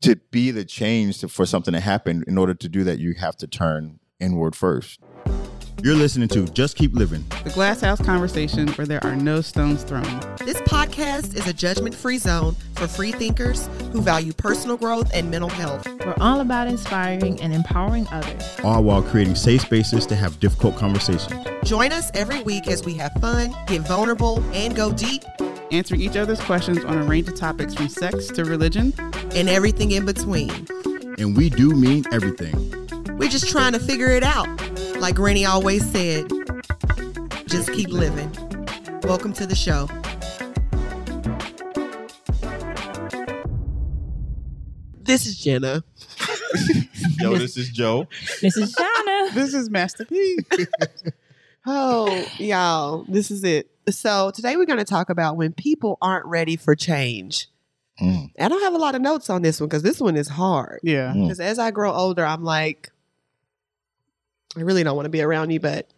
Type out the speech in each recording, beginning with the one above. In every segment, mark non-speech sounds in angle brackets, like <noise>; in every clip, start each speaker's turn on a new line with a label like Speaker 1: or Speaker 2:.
Speaker 1: to be the change to, for something to happen, in order to do that, you have to turn inward first. You're listening to Just Keep Living.
Speaker 2: The Glass House Conversation, where there are no stones thrown.
Speaker 3: This podcast is a judgment free zone for free thinkers who value personal growth and mental health.
Speaker 4: We're all about inspiring and empowering others.
Speaker 1: all while creating safe spaces to have difficult conversations.
Speaker 3: Join us every week as we have fun, get vulnerable, and go deep,
Speaker 2: Answering each other's questions on a range of topics from sex to religion.
Speaker 3: and everything in between.
Speaker 1: And we do mean everything.
Speaker 3: We're just trying to figure it out. Like Granny always said, just keep living. Welcome to the show. This is Jenna.
Speaker 1: Yo, this is Joe.
Speaker 4: This is Shauna.
Speaker 2: This is Master P.
Speaker 3: Oh, y'all, this is it. So, today we're going to talk about when people aren't ready for change.
Speaker 1: Mm.
Speaker 3: I don't have a lot of notes on this one because this one is hard.
Speaker 2: <laughs> yeah.
Speaker 4: Hmm.
Speaker 1: Mm.
Speaker 3: Because as I grow older, I'm like, I really don't want to be around you,
Speaker 4: <laughs>
Speaker 3: but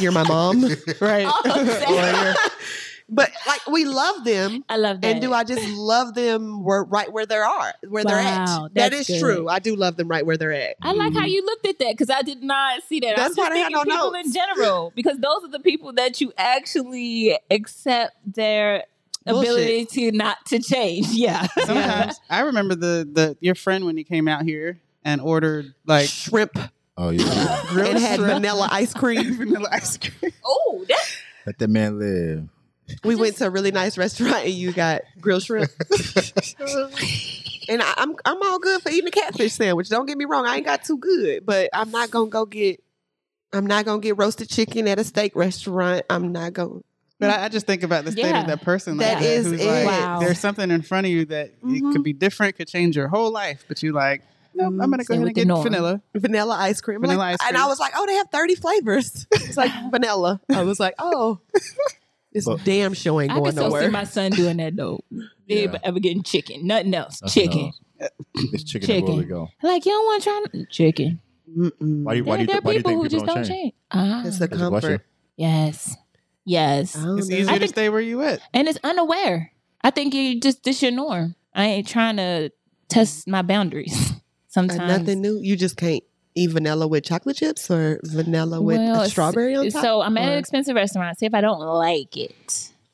Speaker 3: you're my mom, right? <laughs> Or you're- but like, we love them.
Speaker 4: I love that.
Speaker 3: And do I just love them where, right where they are, where they're
Speaker 4: Wow,
Speaker 3: at? That
Speaker 4: that's
Speaker 3: is
Speaker 4: good.
Speaker 3: true. I do love them right where they're at.
Speaker 4: I like how you looked at that because I did not see that. I
Speaker 3: That's
Speaker 4: was
Speaker 3: why
Speaker 4: just
Speaker 3: I had
Speaker 4: thinking
Speaker 3: no
Speaker 4: people
Speaker 3: notes. <laughs>
Speaker 4: in general because those are the people that you actually accept their
Speaker 3: Bullshit.
Speaker 4: ability to not to change. <laughs> Yeah.
Speaker 2: Sometimes I remember the the your friend when he came out here and ordered like
Speaker 4: <laughs>
Speaker 3: shrimp
Speaker 1: Oh yeah,
Speaker 2: grilled
Speaker 3: and had
Speaker 2: shrimp
Speaker 3: vanilla ice
Speaker 2: and
Speaker 3: cream.
Speaker 2: vanilla ice
Speaker 4: <laughs>
Speaker 2: cream.
Speaker 4: oh, that's
Speaker 1: let that man live.
Speaker 3: We went to a really nice restaurant and you got grilled
Speaker 2: <laughs>
Speaker 3: shrimp. and I, I'm I'm all good for eating a catfish sandwich. Don't get me wrong, I ain't got too good, but I'm not gonna go get I'm not gonna get roasted chicken at a steak restaurant. I'm not gonna
Speaker 2: But I, I just think about the state
Speaker 4: Yeah.
Speaker 2: of that person. Like
Speaker 3: That
Speaker 2: that
Speaker 3: is
Speaker 2: who's
Speaker 3: it.
Speaker 2: like,
Speaker 4: Wow. Mm-hmm.
Speaker 2: There's something in front of you that it
Speaker 3: Mhm.
Speaker 2: could be different, could change your whole life, but you like, nope, I'm gonna
Speaker 4: Stay
Speaker 2: go ahead
Speaker 4: with
Speaker 2: and
Speaker 4: the
Speaker 2: get
Speaker 4: norm.
Speaker 2: vanilla.
Speaker 3: vanilla ice cream. I'm
Speaker 2: Vanilla
Speaker 3: like-
Speaker 2: ice
Speaker 3: And I
Speaker 2: cream.
Speaker 3: was like, oh, they have 30 flavors. <laughs> It's like vanilla. I was like,
Speaker 2: <laughs>
Speaker 3: oh. This
Speaker 1: But-
Speaker 3: damn show ain't
Speaker 4: I can
Speaker 3: going
Speaker 4: still see
Speaker 3: nowhere.
Speaker 4: my son doing that though.
Speaker 1: Yeah.
Speaker 4: Ever Ever getting chicken? Nothing else.
Speaker 1: Nothing
Speaker 4: chicken.
Speaker 1: else. It's chicken,
Speaker 4: Chicken.
Speaker 1: and roll to go.
Speaker 4: Like you don't want to try n- chicken.
Speaker 1: Why do you,
Speaker 4: There,
Speaker 1: why do you,
Speaker 4: there
Speaker 1: th-
Speaker 4: are
Speaker 1: why do you
Speaker 4: people
Speaker 1: think people
Speaker 4: who just
Speaker 1: don't, change?
Speaker 4: Ah,
Speaker 3: It's the
Speaker 1: That's a question.
Speaker 3: comfort.
Speaker 4: yes, yes.
Speaker 3: I don't
Speaker 2: It's
Speaker 3: know.
Speaker 2: easier
Speaker 4: I
Speaker 2: to
Speaker 4: think-
Speaker 2: stay where you at.
Speaker 4: and it's unaware. I think you just this your norm. I ain't trying to test my boundaries. <laughs>
Speaker 3: Uh,
Speaker 4: Sometimes
Speaker 3: nothing new. You just can't eat vanilla with chocolate chips or vanilla with
Speaker 4: Well,
Speaker 3: a
Speaker 4: it's-
Speaker 3: strawberry on top.
Speaker 4: So I'm at
Speaker 3: or-
Speaker 4: an expensive restaurant. See if I don't like it,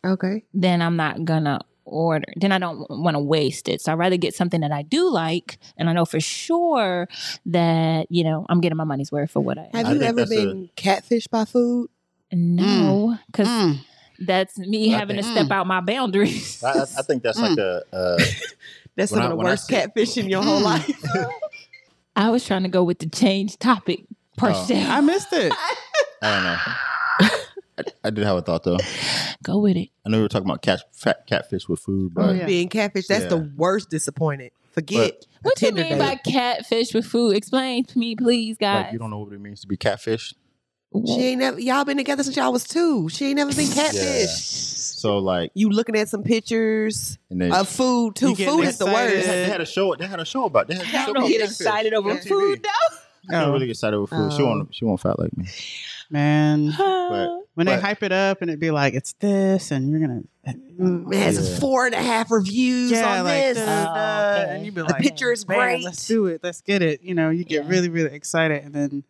Speaker 3: okay.
Speaker 4: then I'm not gonna order. Then I don't want to waste it. So I'd rather get something that I do like, and I know for sure that you know I'm getting my money's worth for what I.
Speaker 3: Have
Speaker 1: I
Speaker 3: you
Speaker 1: think
Speaker 3: ever
Speaker 1: that's a-
Speaker 3: been catfished by food? Mm.
Speaker 4: No, because
Speaker 2: Mm,
Speaker 4: that's me
Speaker 1: I Mm.
Speaker 4: having to
Speaker 2: think-
Speaker 4: step out my boundaries.
Speaker 1: I,
Speaker 4: <laughs>
Speaker 1: I- I think that's like a. Uh,
Speaker 3: That's
Speaker 1: When
Speaker 3: some
Speaker 1: I-
Speaker 3: of the
Speaker 1: when I
Speaker 3: worst
Speaker 1: see-
Speaker 3: catfish
Speaker 4: <laughs>
Speaker 3: in your whole
Speaker 2: Mm.
Speaker 3: life.
Speaker 4: I was trying to go with the change topic per
Speaker 1: Oh.
Speaker 4: se.
Speaker 2: I missed it.
Speaker 1: I don't know. I, I did have a thought though.
Speaker 4: <laughs> Go with it.
Speaker 1: I know we were talking about cat, fat, catfish with food, but
Speaker 2: Oh, yeah.
Speaker 3: Being catfish, that's the worst disappointed. Forget a
Speaker 4: What you
Speaker 3: Tinder date.
Speaker 4: mean by catfish with food? Explain to me, please,
Speaker 1: like
Speaker 4: guys.
Speaker 1: you don't know what it means to be catfish.
Speaker 3: she ain't never y'all been together since y'all was two. She ain't never been catfish.
Speaker 1: So like,
Speaker 3: You looking at some pictures
Speaker 1: and then
Speaker 3: of food too.
Speaker 2: You getting
Speaker 3: Food is the
Speaker 1: they,
Speaker 2: excited.
Speaker 3: worst.
Speaker 1: had, they had a show. They had a show about. They had a
Speaker 4: I
Speaker 1: show
Speaker 4: don't
Speaker 1: about
Speaker 4: get
Speaker 1: catfish
Speaker 4: excited over
Speaker 1: on TV.
Speaker 4: food,
Speaker 1: She don't
Speaker 2: Oh,
Speaker 1: really get excited over food. She
Speaker 3: Oh.
Speaker 1: won't. She won't fat like me.
Speaker 2: man.
Speaker 4: though.
Speaker 2: When they
Speaker 1: But-
Speaker 2: hype it up and it be like, it's this, and you're gonna.
Speaker 3: Mm, It has
Speaker 1: Yeah.
Speaker 3: four and a half reviews on this.
Speaker 4: duh, Oh, okay.
Speaker 2: and you be
Speaker 3: the
Speaker 2: like,
Speaker 3: picture is
Speaker 2: "Man,
Speaker 3: great.
Speaker 2: Let's do it. Let's get it. You know, you get
Speaker 4: Yeah.
Speaker 2: really, really excited, and then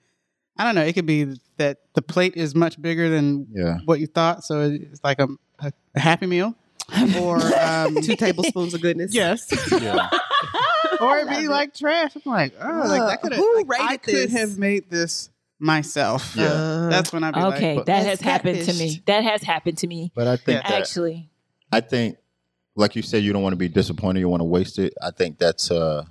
Speaker 2: I don't know. It could be that the plate is much bigger than
Speaker 1: Yeah.
Speaker 2: what you thought, so it's like a, a, happy meal, or
Speaker 3: <laughs>
Speaker 2: um,
Speaker 3: Two tablespoons
Speaker 2: <laughs>
Speaker 3: of goodness.
Speaker 2: yes,
Speaker 1: Yeah.
Speaker 2: or it be like trash. I'm like, oh, like
Speaker 3: Uh,
Speaker 2: that could have.
Speaker 3: who
Speaker 2: Like, I
Speaker 3: rated
Speaker 2: could
Speaker 3: this?
Speaker 2: have made this myself.
Speaker 1: Yeah.
Speaker 3: Uh,
Speaker 2: That's when I be
Speaker 4: okay,
Speaker 2: like,
Speaker 4: that has
Speaker 3: That's
Speaker 4: happened to me.
Speaker 3: catfished.
Speaker 4: That has happened to me.
Speaker 1: But I think
Speaker 2: Yeah.
Speaker 1: that,
Speaker 4: Actually,
Speaker 1: I think, like you said, you don't want to be disappointed. You want to waste it. I think that's uh,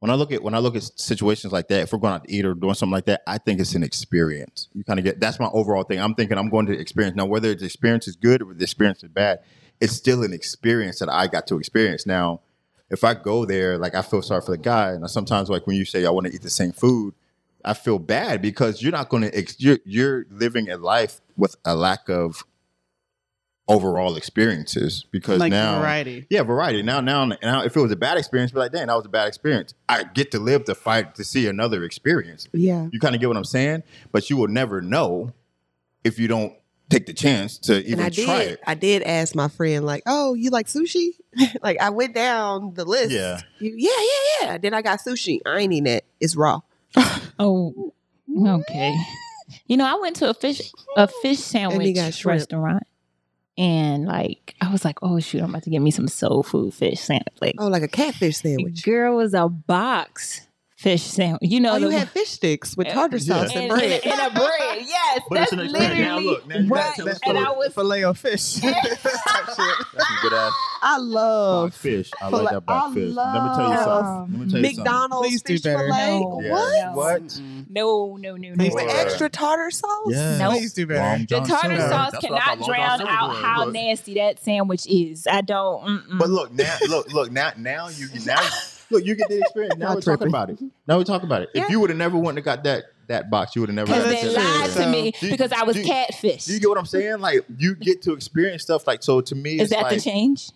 Speaker 1: when I look at when I look at situations like that. If we're going out to eat or doing something like that, I think it's an experience. You kind of get that's my overall thing. I'm thinking I'm going to experience now. Whether the experience is good or the experience is bad, it's still an experience that I got to experience. Now, if I go there, like I feel sorry for the guy, and I sometimes like when you say I want to eat the same food. I feel bad because you're not going to ex- you're, you're living a life with a lack of overall experiences because
Speaker 2: like
Speaker 1: now
Speaker 2: variety.
Speaker 1: yeah variety now now now if it was a bad experience be like dang that was a bad experience I get to live to fight to see another experience
Speaker 3: yeah.
Speaker 1: you kind of get what I'm saying but you will never know if you don't take the chance to even
Speaker 3: and I
Speaker 1: try
Speaker 3: did.
Speaker 1: it.
Speaker 3: I did ask my friend, like, "Oh, you like sushi?" <laughs> like, I went down the list.
Speaker 1: Yeah.
Speaker 3: You- yeah, yeah, yeah. Then I got sushi. I ain't eating it. It's raw.
Speaker 4: Oh, okay. You know, I went to a fish a fish sandwich
Speaker 3: got shrimp.
Speaker 4: restaurant, and like I was like, oh shoot, I'm about to get me some soul food fish sandwich. Like,
Speaker 3: Oh, like a catfish sandwich.
Speaker 4: girl was a box fish sandwich. You
Speaker 3: <laughs>
Speaker 4: know,
Speaker 3: Oh, you
Speaker 4: the-
Speaker 3: had fish sticks with
Speaker 4: Yeah.
Speaker 3: tartar sauce
Speaker 1: Yeah.
Speaker 3: and
Speaker 4: and,
Speaker 3: bread.
Speaker 4: and, and a bread. Yes,
Speaker 1: But it's
Speaker 4: that's
Speaker 1: an
Speaker 4: literally
Speaker 1: experience. Now look, now you gotta
Speaker 4: right.
Speaker 1: tell us
Speaker 4: and
Speaker 1: what
Speaker 4: I
Speaker 1: it-
Speaker 4: was
Speaker 2: fillet of <laughs> fish.
Speaker 3: <laughs>
Speaker 1: That's some good ass
Speaker 3: I
Speaker 1: black
Speaker 3: love
Speaker 1: fish. I
Speaker 3: Filet-
Speaker 1: like that black
Speaker 3: I
Speaker 1: fish. Let me tell you
Speaker 4: love
Speaker 1: something. Let me tell you
Speaker 3: McDonald's
Speaker 2: Please do
Speaker 3: fish
Speaker 2: better.
Speaker 3: fillet.
Speaker 4: No.
Speaker 1: Yeah.
Speaker 3: What?
Speaker 4: No.
Speaker 1: What?
Speaker 4: no, no, no, no.
Speaker 2: Please
Speaker 3: With
Speaker 1: Or-
Speaker 3: extra tartar sauce?
Speaker 1: something. Yes.
Speaker 4: No.
Speaker 2: Please do better.
Speaker 1: Long
Speaker 4: The
Speaker 1: John
Speaker 4: tartar
Speaker 1: Silver.
Speaker 4: sauce
Speaker 1: That's what I thought
Speaker 4: cannot
Speaker 1: Long John
Speaker 4: drown
Speaker 1: Silver
Speaker 4: out
Speaker 1: was.
Speaker 4: how
Speaker 1: Look.
Speaker 4: nasty that sandwich is. I don't. mm, Mm-mm.
Speaker 1: But look now, look, look now, now you now
Speaker 4: <laughs>
Speaker 1: look you get the experience. Now
Speaker 3: Not
Speaker 1: we're talking
Speaker 3: tripping.
Speaker 1: about it. Now we're talking about it.
Speaker 3: Yeah.
Speaker 1: If you would have never went and got that that box, you would have never.
Speaker 4: because
Speaker 1: got
Speaker 4: they
Speaker 1: that.
Speaker 4: lied
Speaker 1: sandwich.
Speaker 4: to me
Speaker 1: Do you-
Speaker 4: because I was
Speaker 1: do you-
Speaker 4: catfish.
Speaker 1: Do you get what I'm saying? Like you get to experience stuff. Like so, to me,
Speaker 4: Is
Speaker 1: it's
Speaker 4: that
Speaker 1: like
Speaker 4: the change?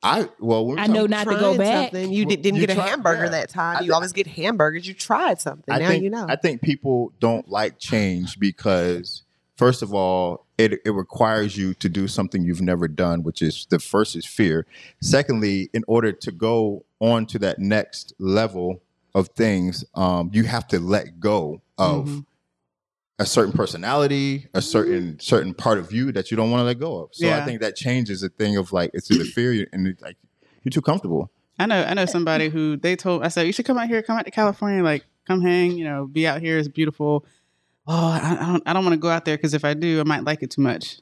Speaker 1: I well, when we
Speaker 4: I
Speaker 1: talk-
Speaker 4: know not to
Speaker 3: Trying
Speaker 4: go back.
Speaker 3: something. You
Speaker 1: Well,
Speaker 3: did, didn't
Speaker 1: you
Speaker 3: get a
Speaker 1: tried-
Speaker 3: hamburger
Speaker 1: yeah.
Speaker 3: that time.
Speaker 1: I
Speaker 3: you
Speaker 1: thi-
Speaker 3: always get hamburgers. You tried something.
Speaker 1: I
Speaker 3: now
Speaker 1: think,
Speaker 3: you know.
Speaker 1: I think people don't like change because, first of all, it, it requires you to do something you've never done, which is the first is fear. Secondly, in order to go on to that next level of things, um, you have to let go of
Speaker 2: Mhm.
Speaker 1: a certain personality, a certain certain part of you that you don't want to let go of. So I
Speaker 2: Mm-hmm. Yeah.
Speaker 1: think that change is a thing of like it's either fear and it's like you're too comfortable.
Speaker 2: I know I know somebody who they told I said you should come out here, come out to California, like come hang, you know, be out here. It's beautiful. Oh, I, I don't I don't want to go out there because if I do, I might like it too much.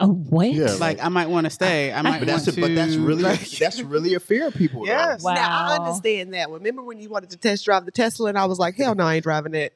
Speaker 4: Oh, what?
Speaker 1: Yeah.
Speaker 2: Like I might want to stay. I might
Speaker 1: But that's a,
Speaker 2: want to.
Speaker 1: but that's really
Speaker 2: <laughs> like-
Speaker 1: that's really a fear of people. though.
Speaker 2: yes.
Speaker 4: Wow.
Speaker 3: Now I understand that. Remember when you wanted to test drive the Tesla and I was like, hell no, I ain't driving it.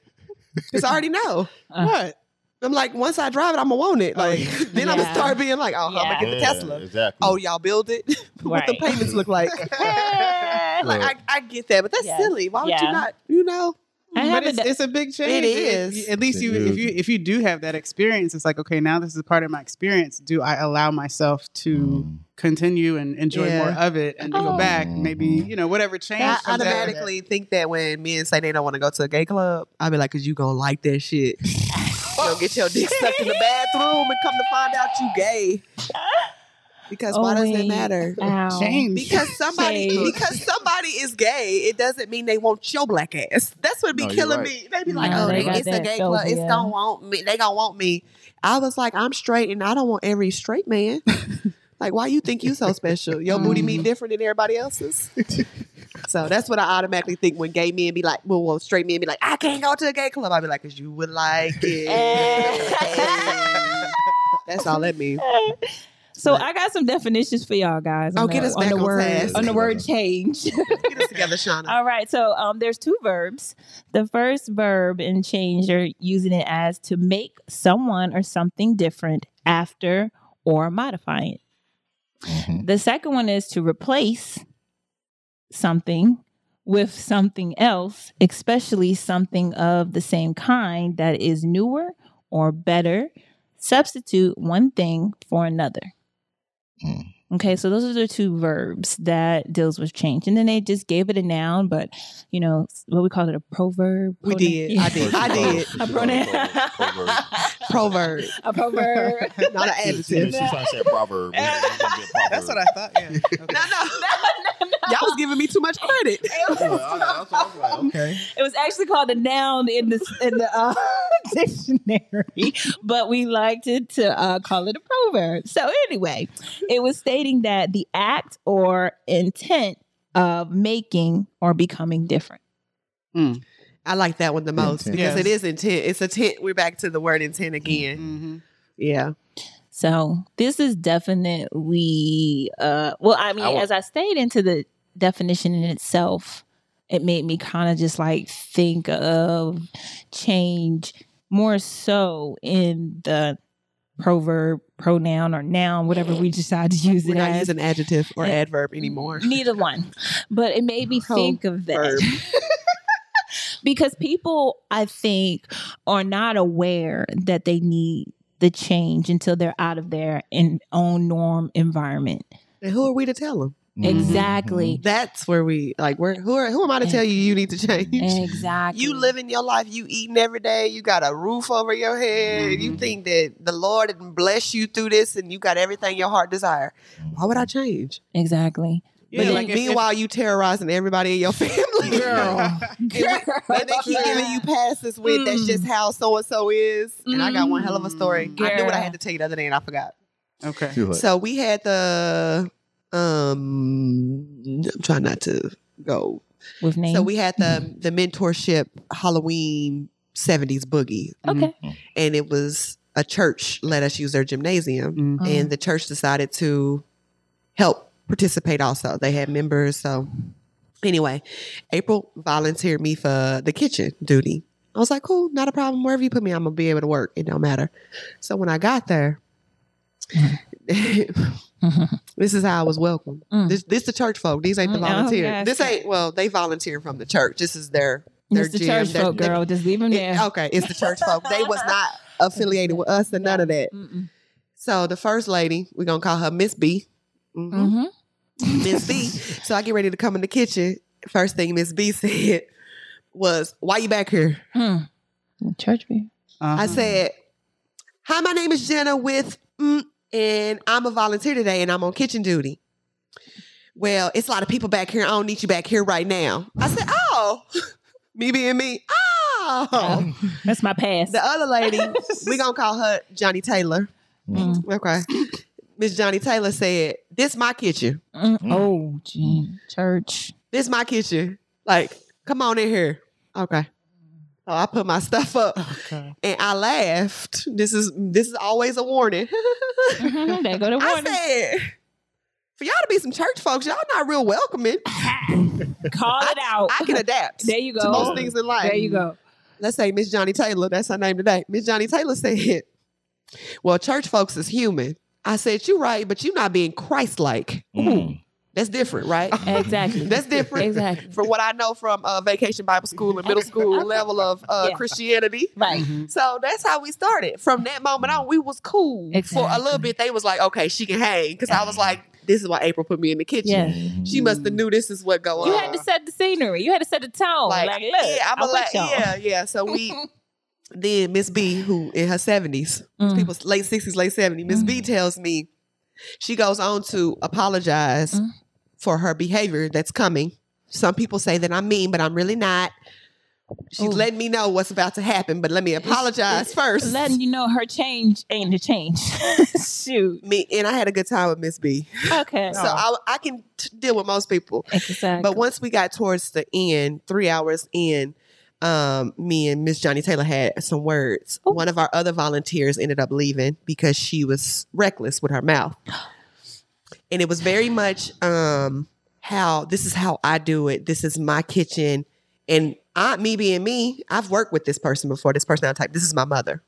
Speaker 3: Because I already know.
Speaker 4: Uh.
Speaker 3: what? I'm like, once I drive it, I'm gonna want it. Like <laughs> then I'm
Speaker 4: Yeah.
Speaker 3: gonna start being like, oh, I'm gonna
Speaker 4: Yeah.
Speaker 3: get <laughs> the
Speaker 1: Yeah,
Speaker 3: Tesla.
Speaker 1: Exactly.
Speaker 3: Oh, y'all build it. <laughs> what the
Speaker 4: Right.
Speaker 3: payments look
Speaker 4: <laughs>
Speaker 3: like. <laughs> like I, I get that, but that's
Speaker 4: Yeah.
Speaker 3: silly. Why would
Speaker 4: Yeah.
Speaker 3: you not? You know,
Speaker 4: I
Speaker 2: but
Speaker 4: haven't.
Speaker 2: it's,
Speaker 4: done-
Speaker 2: it's a big change.
Speaker 3: It is.
Speaker 2: At least
Speaker 1: It
Speaker 2: you,
Speaker 1: is.
Speaker 2: if you, if you do have that experience, it's like okay, now this is part of my experience. Do I allow myself to
Speaker 1: Mm.
Speaker 2: continue and enjoy
Speaker 3: Yeah.
Speaker 2: more of it, and to
Speaker 4: Oh.
Speaker 2: go back? Maybe
Speaker 1: Mhm.
Speaker 2: you know whatever change.
Speaker 3: I
Speaker 2: comes out of that.
Speaker 3: automatically think that when men say they don't want to go to a gay club, I'll be like, cause you gonna like that shit. You'll get your dick stuck in the bathroom and come to find out you gay. Because why
Speaker 4: Oh,
Speaker 3: does it
Speaker 4: wait.
Speaker 3: matter?
Speaker 4: Ow.
Speaker 2: change.
Speaker 3: Because somebody
Speaker 4: Shade.
Speaker 3: because somebody is gay, it doesn't mean they want your black ass. That's what be
Speaker 1: No, you're
Speaker 3: killing
Speaker 1: right.
Speaker 3: me. They be like,
Speaker 1: No,
Speaker 3: oh,
Speaker 1: they
Speaker 3: they-
Speaker 1: got
Speaker 3: it's a
Speaker 4: that
Speaker 3: gay club. It's
Speaker 4: phobia.
Speaker 3: gonna want me. They gonna want me. I was like, I'm straight and I don't want every straight
Speaker 4: <laughs>
Speaker 3: man. like, why you think you so special? Your booty
Speaker 4: Mm.
Speaker 3: mean different than everybody else's. so that's what I automatically think when gay men be like, well, well straight men be like, I can't go to a gay club. I be like, cause you would
Speaker 4: <laughs>
Speaker 3: like it. that's all that means.
Speaker 4: <laughs> So I got some definitions for y'all guys.
Speaker 3: Oh,
Speaker 4: on
Speaker 3: get
Speaker 4: the-
Speaker 3: us
Speaker 4: on
Speaker 3: back
Speaker 4: the
Speaker 3: on
Speaker 4: word
Speaker 3: task.
Speaker 4: on the word change.
Speaker 3: Get us together, Shauna.
Speaker 4: All right. So um, there's two verbs. The first verb in change, you're using it as to make someone or something different after or modifying it.
Speaker 1: Mhm.
Speaker 4: The second one is to replace something with something else, especially something of the same kind that is newer or better. Substitute one thing for another.
Speaker 1: Mm.
Speaker 4: Okay, so those are the two verbs that deals with change, and then they just gave it a noun, but you know what we call it a proverb.
Speaker 3: We
Speaker 4: pronoun?
Speaker 3: did.
Speaker 4: Yeah.
Speaker 3: I did. I did.
Speaker 1: She
Speaker 4: A
Speaker 1: called
Speaker 4: pronoun.
Speaker 1: it proverb. <laughs>
Speaker 3: Proverb,
Speaker 4: <laughs> A <laughs> proverb.
Speaker 3: not an adjective.
Speaker 1: She's trying to say a
Speaker 3: <laughs>
Speaker 1: proverb.
Speaker 2: That's what I thought. <laughs> Yeah. Okay.
Speaker 3: No, no, Y'all was giving me too much credit. <laughs>
Speaker 2: okay.
Speaker 4: It was actually called a noun in the in the uh, <laughs> dictionary, but we liked it to uh, call it a proverb. So anyway, it was stating that the act or intent of making or becoming different.
Speaker 3: I like that one the most
Speaker 1: Intent.
Speaker 3: because
Speaker 2: Yes.
Speaker 3: it is intent. It's intent. We're back to the word intent again.
Speaker 2: Mm-hmm.
Speaker 3: Yeah.
Speaker 4: So this is definitely uh well I mean
Speaker 1: I wa-
Speaker 4: as I stayed into the definition in itself it made me kind of just like think of change more so in the proverb pronoun or noun whatever we decide to use
Speaker 3: We're
Speaker 4: it
Speaker 3: not
Speaker 4: as
Speaker 3: using adjective or
Speaker 4: Yeah.
Speaker 3: adverb anymore.
Speaker 4: neither one but it made me think of that
Speaker 3: Verb.
Speaker 4: <laughs> because people i think are not aware that they need the change until they're out of their in, own norm environment
Speaker 3: And who are we to tell them?
Speaker 4: Exactly.
Speaker 3: That's where we like. Where who are, who am I to tell you you need to change?
Speaker 4: Exactly.
Speaker 3: You living your life, you eating every day, you got a roof over your head. You
Speaker 2: Mhm.
Speaker 3: think that the Lord didn't bless you through this, and you got everything your heart desire.
Speaker 1: Mm-hmm.
Speaker 3: Why would I change?
Speaker 4: Exactly.
Speaker 2: Yeah,
Speaker 3: but
Speaker 4: then
Speaker 2: like if- if-
Speaker 3: meanwhile, you terrorizing everybody in your <laughs> family.
Speaker 4: Girl. <laughs>
Speaker 3: And But they keep giving you passes with that's
Speaker 4: Mm.
Speaker 3: just how so and so is. And I got one hell of a story. I knew what I
Speaker 4: Girl.
Speaker 3: had to tell you the other day and I forgot.
Speaker 2: <laughs> okay.
Speaker 1: Too late.
Speaker 3: So we had the um I'm trying not to go.
Speaker 4: with names.
Speaker 3: So we had the the mentorship Halloween 70s boogie
Speaker 4: okay.
Speaker 3: and it was a church let us use their gymnasium
Speaker 4: Mm-hmm.
Speaker 2: Mhm.
Speaker 3: Mm-hmm.
Speaker 4: Uh-huh.
Speaker 3: and the church decided to help participate also. They had members. So anyway, April volunteered me for the kitchen duty. I was like, cool, not a problem. Wherever you put me, I'm gonna be able to work. It don't matter. So when I got there, <laughs> this
Speaker 4: Mm-hmm.
Speaker 3: is how I was welcomed.
Speaker 4: Mm.
Speaker 3: This this the church folk. These ain't the
Speaker 4: Mm, oh,
Speaker 3: volunteers.
Speaker 4: yes.
Speaker 3: This ain't well, they volunteer from the church. This is their their
Speaker 4: It's the
Speaker 3: gym,
Speaker 4: church
Speaker 3: their-
Speaker 4: folk,
Speaker 3: their-
Speaker 4: girl. Just leave them
Speaker 3: it- oh.
Speaker 4: there.
Speaker 3: okay, it's the church folk. They was
Speaker 4: <laughs>
Speaker 3: not affiliated with us and none of that.
Speaker 4: Mm-mm.
Speaker 3: So the first lady, we're gonna call her Miss B. Mhm.
Speaker 4: Mhm.
Speaker 3: Miss B. So I get ready to come in the kitchen. First thing Miss B <laughs> said was, Why you back here?
Speaker 4: Mm. Church people.
Speaker 2: Uh-huh.
Speaker 3: I said, Hi, my name is Jenna with mm, and I'm a volunteer today and I'm on kitchen duty. Well, it's a lot of people back here. I don't need you back here right now. I said, Oh, <laughs> me being me. Oh.
Speaker 4: That's my past.
Speaker 3: The other lady, we're gonna call her Johnny Taylor.
Speaker 4: Mm.
Speaker 3: Okay. Miss Johnny Taylor said, This my kitchen.
Speaker 4: Mm. Oh, Gene.
Speaker 3: <laughs>
Speaker 4: Church.
Speaker 3: this my kitchen. Like, come on in here. Okay. So I put my stuff up
Speaker 2: Okay.
Speaker 3: and I laughed. This is this is always a warning. <laughs>
Speaker 4: Mhm. They go to
Speaker 3: I
Speaker 4: warning.
Speaker 3: said, for y'all to be some church folks, y'all not real welcoming.
Speaker 4: Call it out.
Speaker 3: I can adapt
Speaker 4: There you
Speaker 3: to
Speaker 4: go.
Speaker 3: most things in life.
Speaker 4: There you go.
Speaker 3: Let's say Miss Johnny Taylor, that's her name today. Miss Johnny Taylor said, Well, church folks is human. I said, You're right, but you're not being Christ like.
Speaker 1: Mm.
Speaker 3: That's different,
Speaker 4: <laughs>
Speaker 3: right?
Speaker 4: Exactly.
Speaker 3: <laughs> That's different.
Speaker 4: Exactly.
Speaker 3: From what I know from uh, vacation Bible school and middle school level of uh,
Speaker 4: Yeah.
Speaker 3: Christianity.
Speaker 4: Right.
Speaker 2: Mm-hmm.
Speaker 3: So that's how we started. From that moment on, we was cool for a
Speaker 4: Exactly.
Speaker 3: little bit. They was like, okay, she can hang because I was like, this is why April put me in the kitchen.
Speaker 4: Yeah.
Speaker 1: Mhm.
Speaker 3: She must have knew this is what going
Speaker 4: You
Speaker 3: on.
Speaker 4: had to set the scenery. You had to set the tone. Like, look,
Speaker 3: yeah,
Speaker 4: I'm,
Speaker 3: I'm a like,
Speaker 4: with y'all.
Speaker 3: yeah, yeah. So
Speaker 4: <laughs>
Speaker 3: we then Miss B, who in her seventies,
Speaker 4: Mm.
Speaker 3: people late sixties, late seventies, Miss B tells me she goes on to apologize
Speaker 4: Mm.
Speaker 3: for her behavior that's coming. Some people say that I'm mean, but I'm really not. She's
Speaker 4: Ooh.
Speaker 3: letting me know what's about to happen, but let me apologize first.
Speaker 4: letting you know her change ain't a change. <laughs> Shoot.
Speaker 3: me and I had a good time with Miss B.
Speaker 4: Okay.
Speaker 3: So I, I can t- deal with most people.
Speaker 4: exactly.
Speaker 3: But once we got towards the end, three hours in, um, me and Miss Johnny Taylor had some words.
Speaker 4: Oh.
Speaker 3: One of our other volunteers ended up leaving because she was reckless with her mouth. And it was very much um, how this is how I do it. This is my kitchen. And I, me being me, I've worked with this person before, this personality type. This is my mother.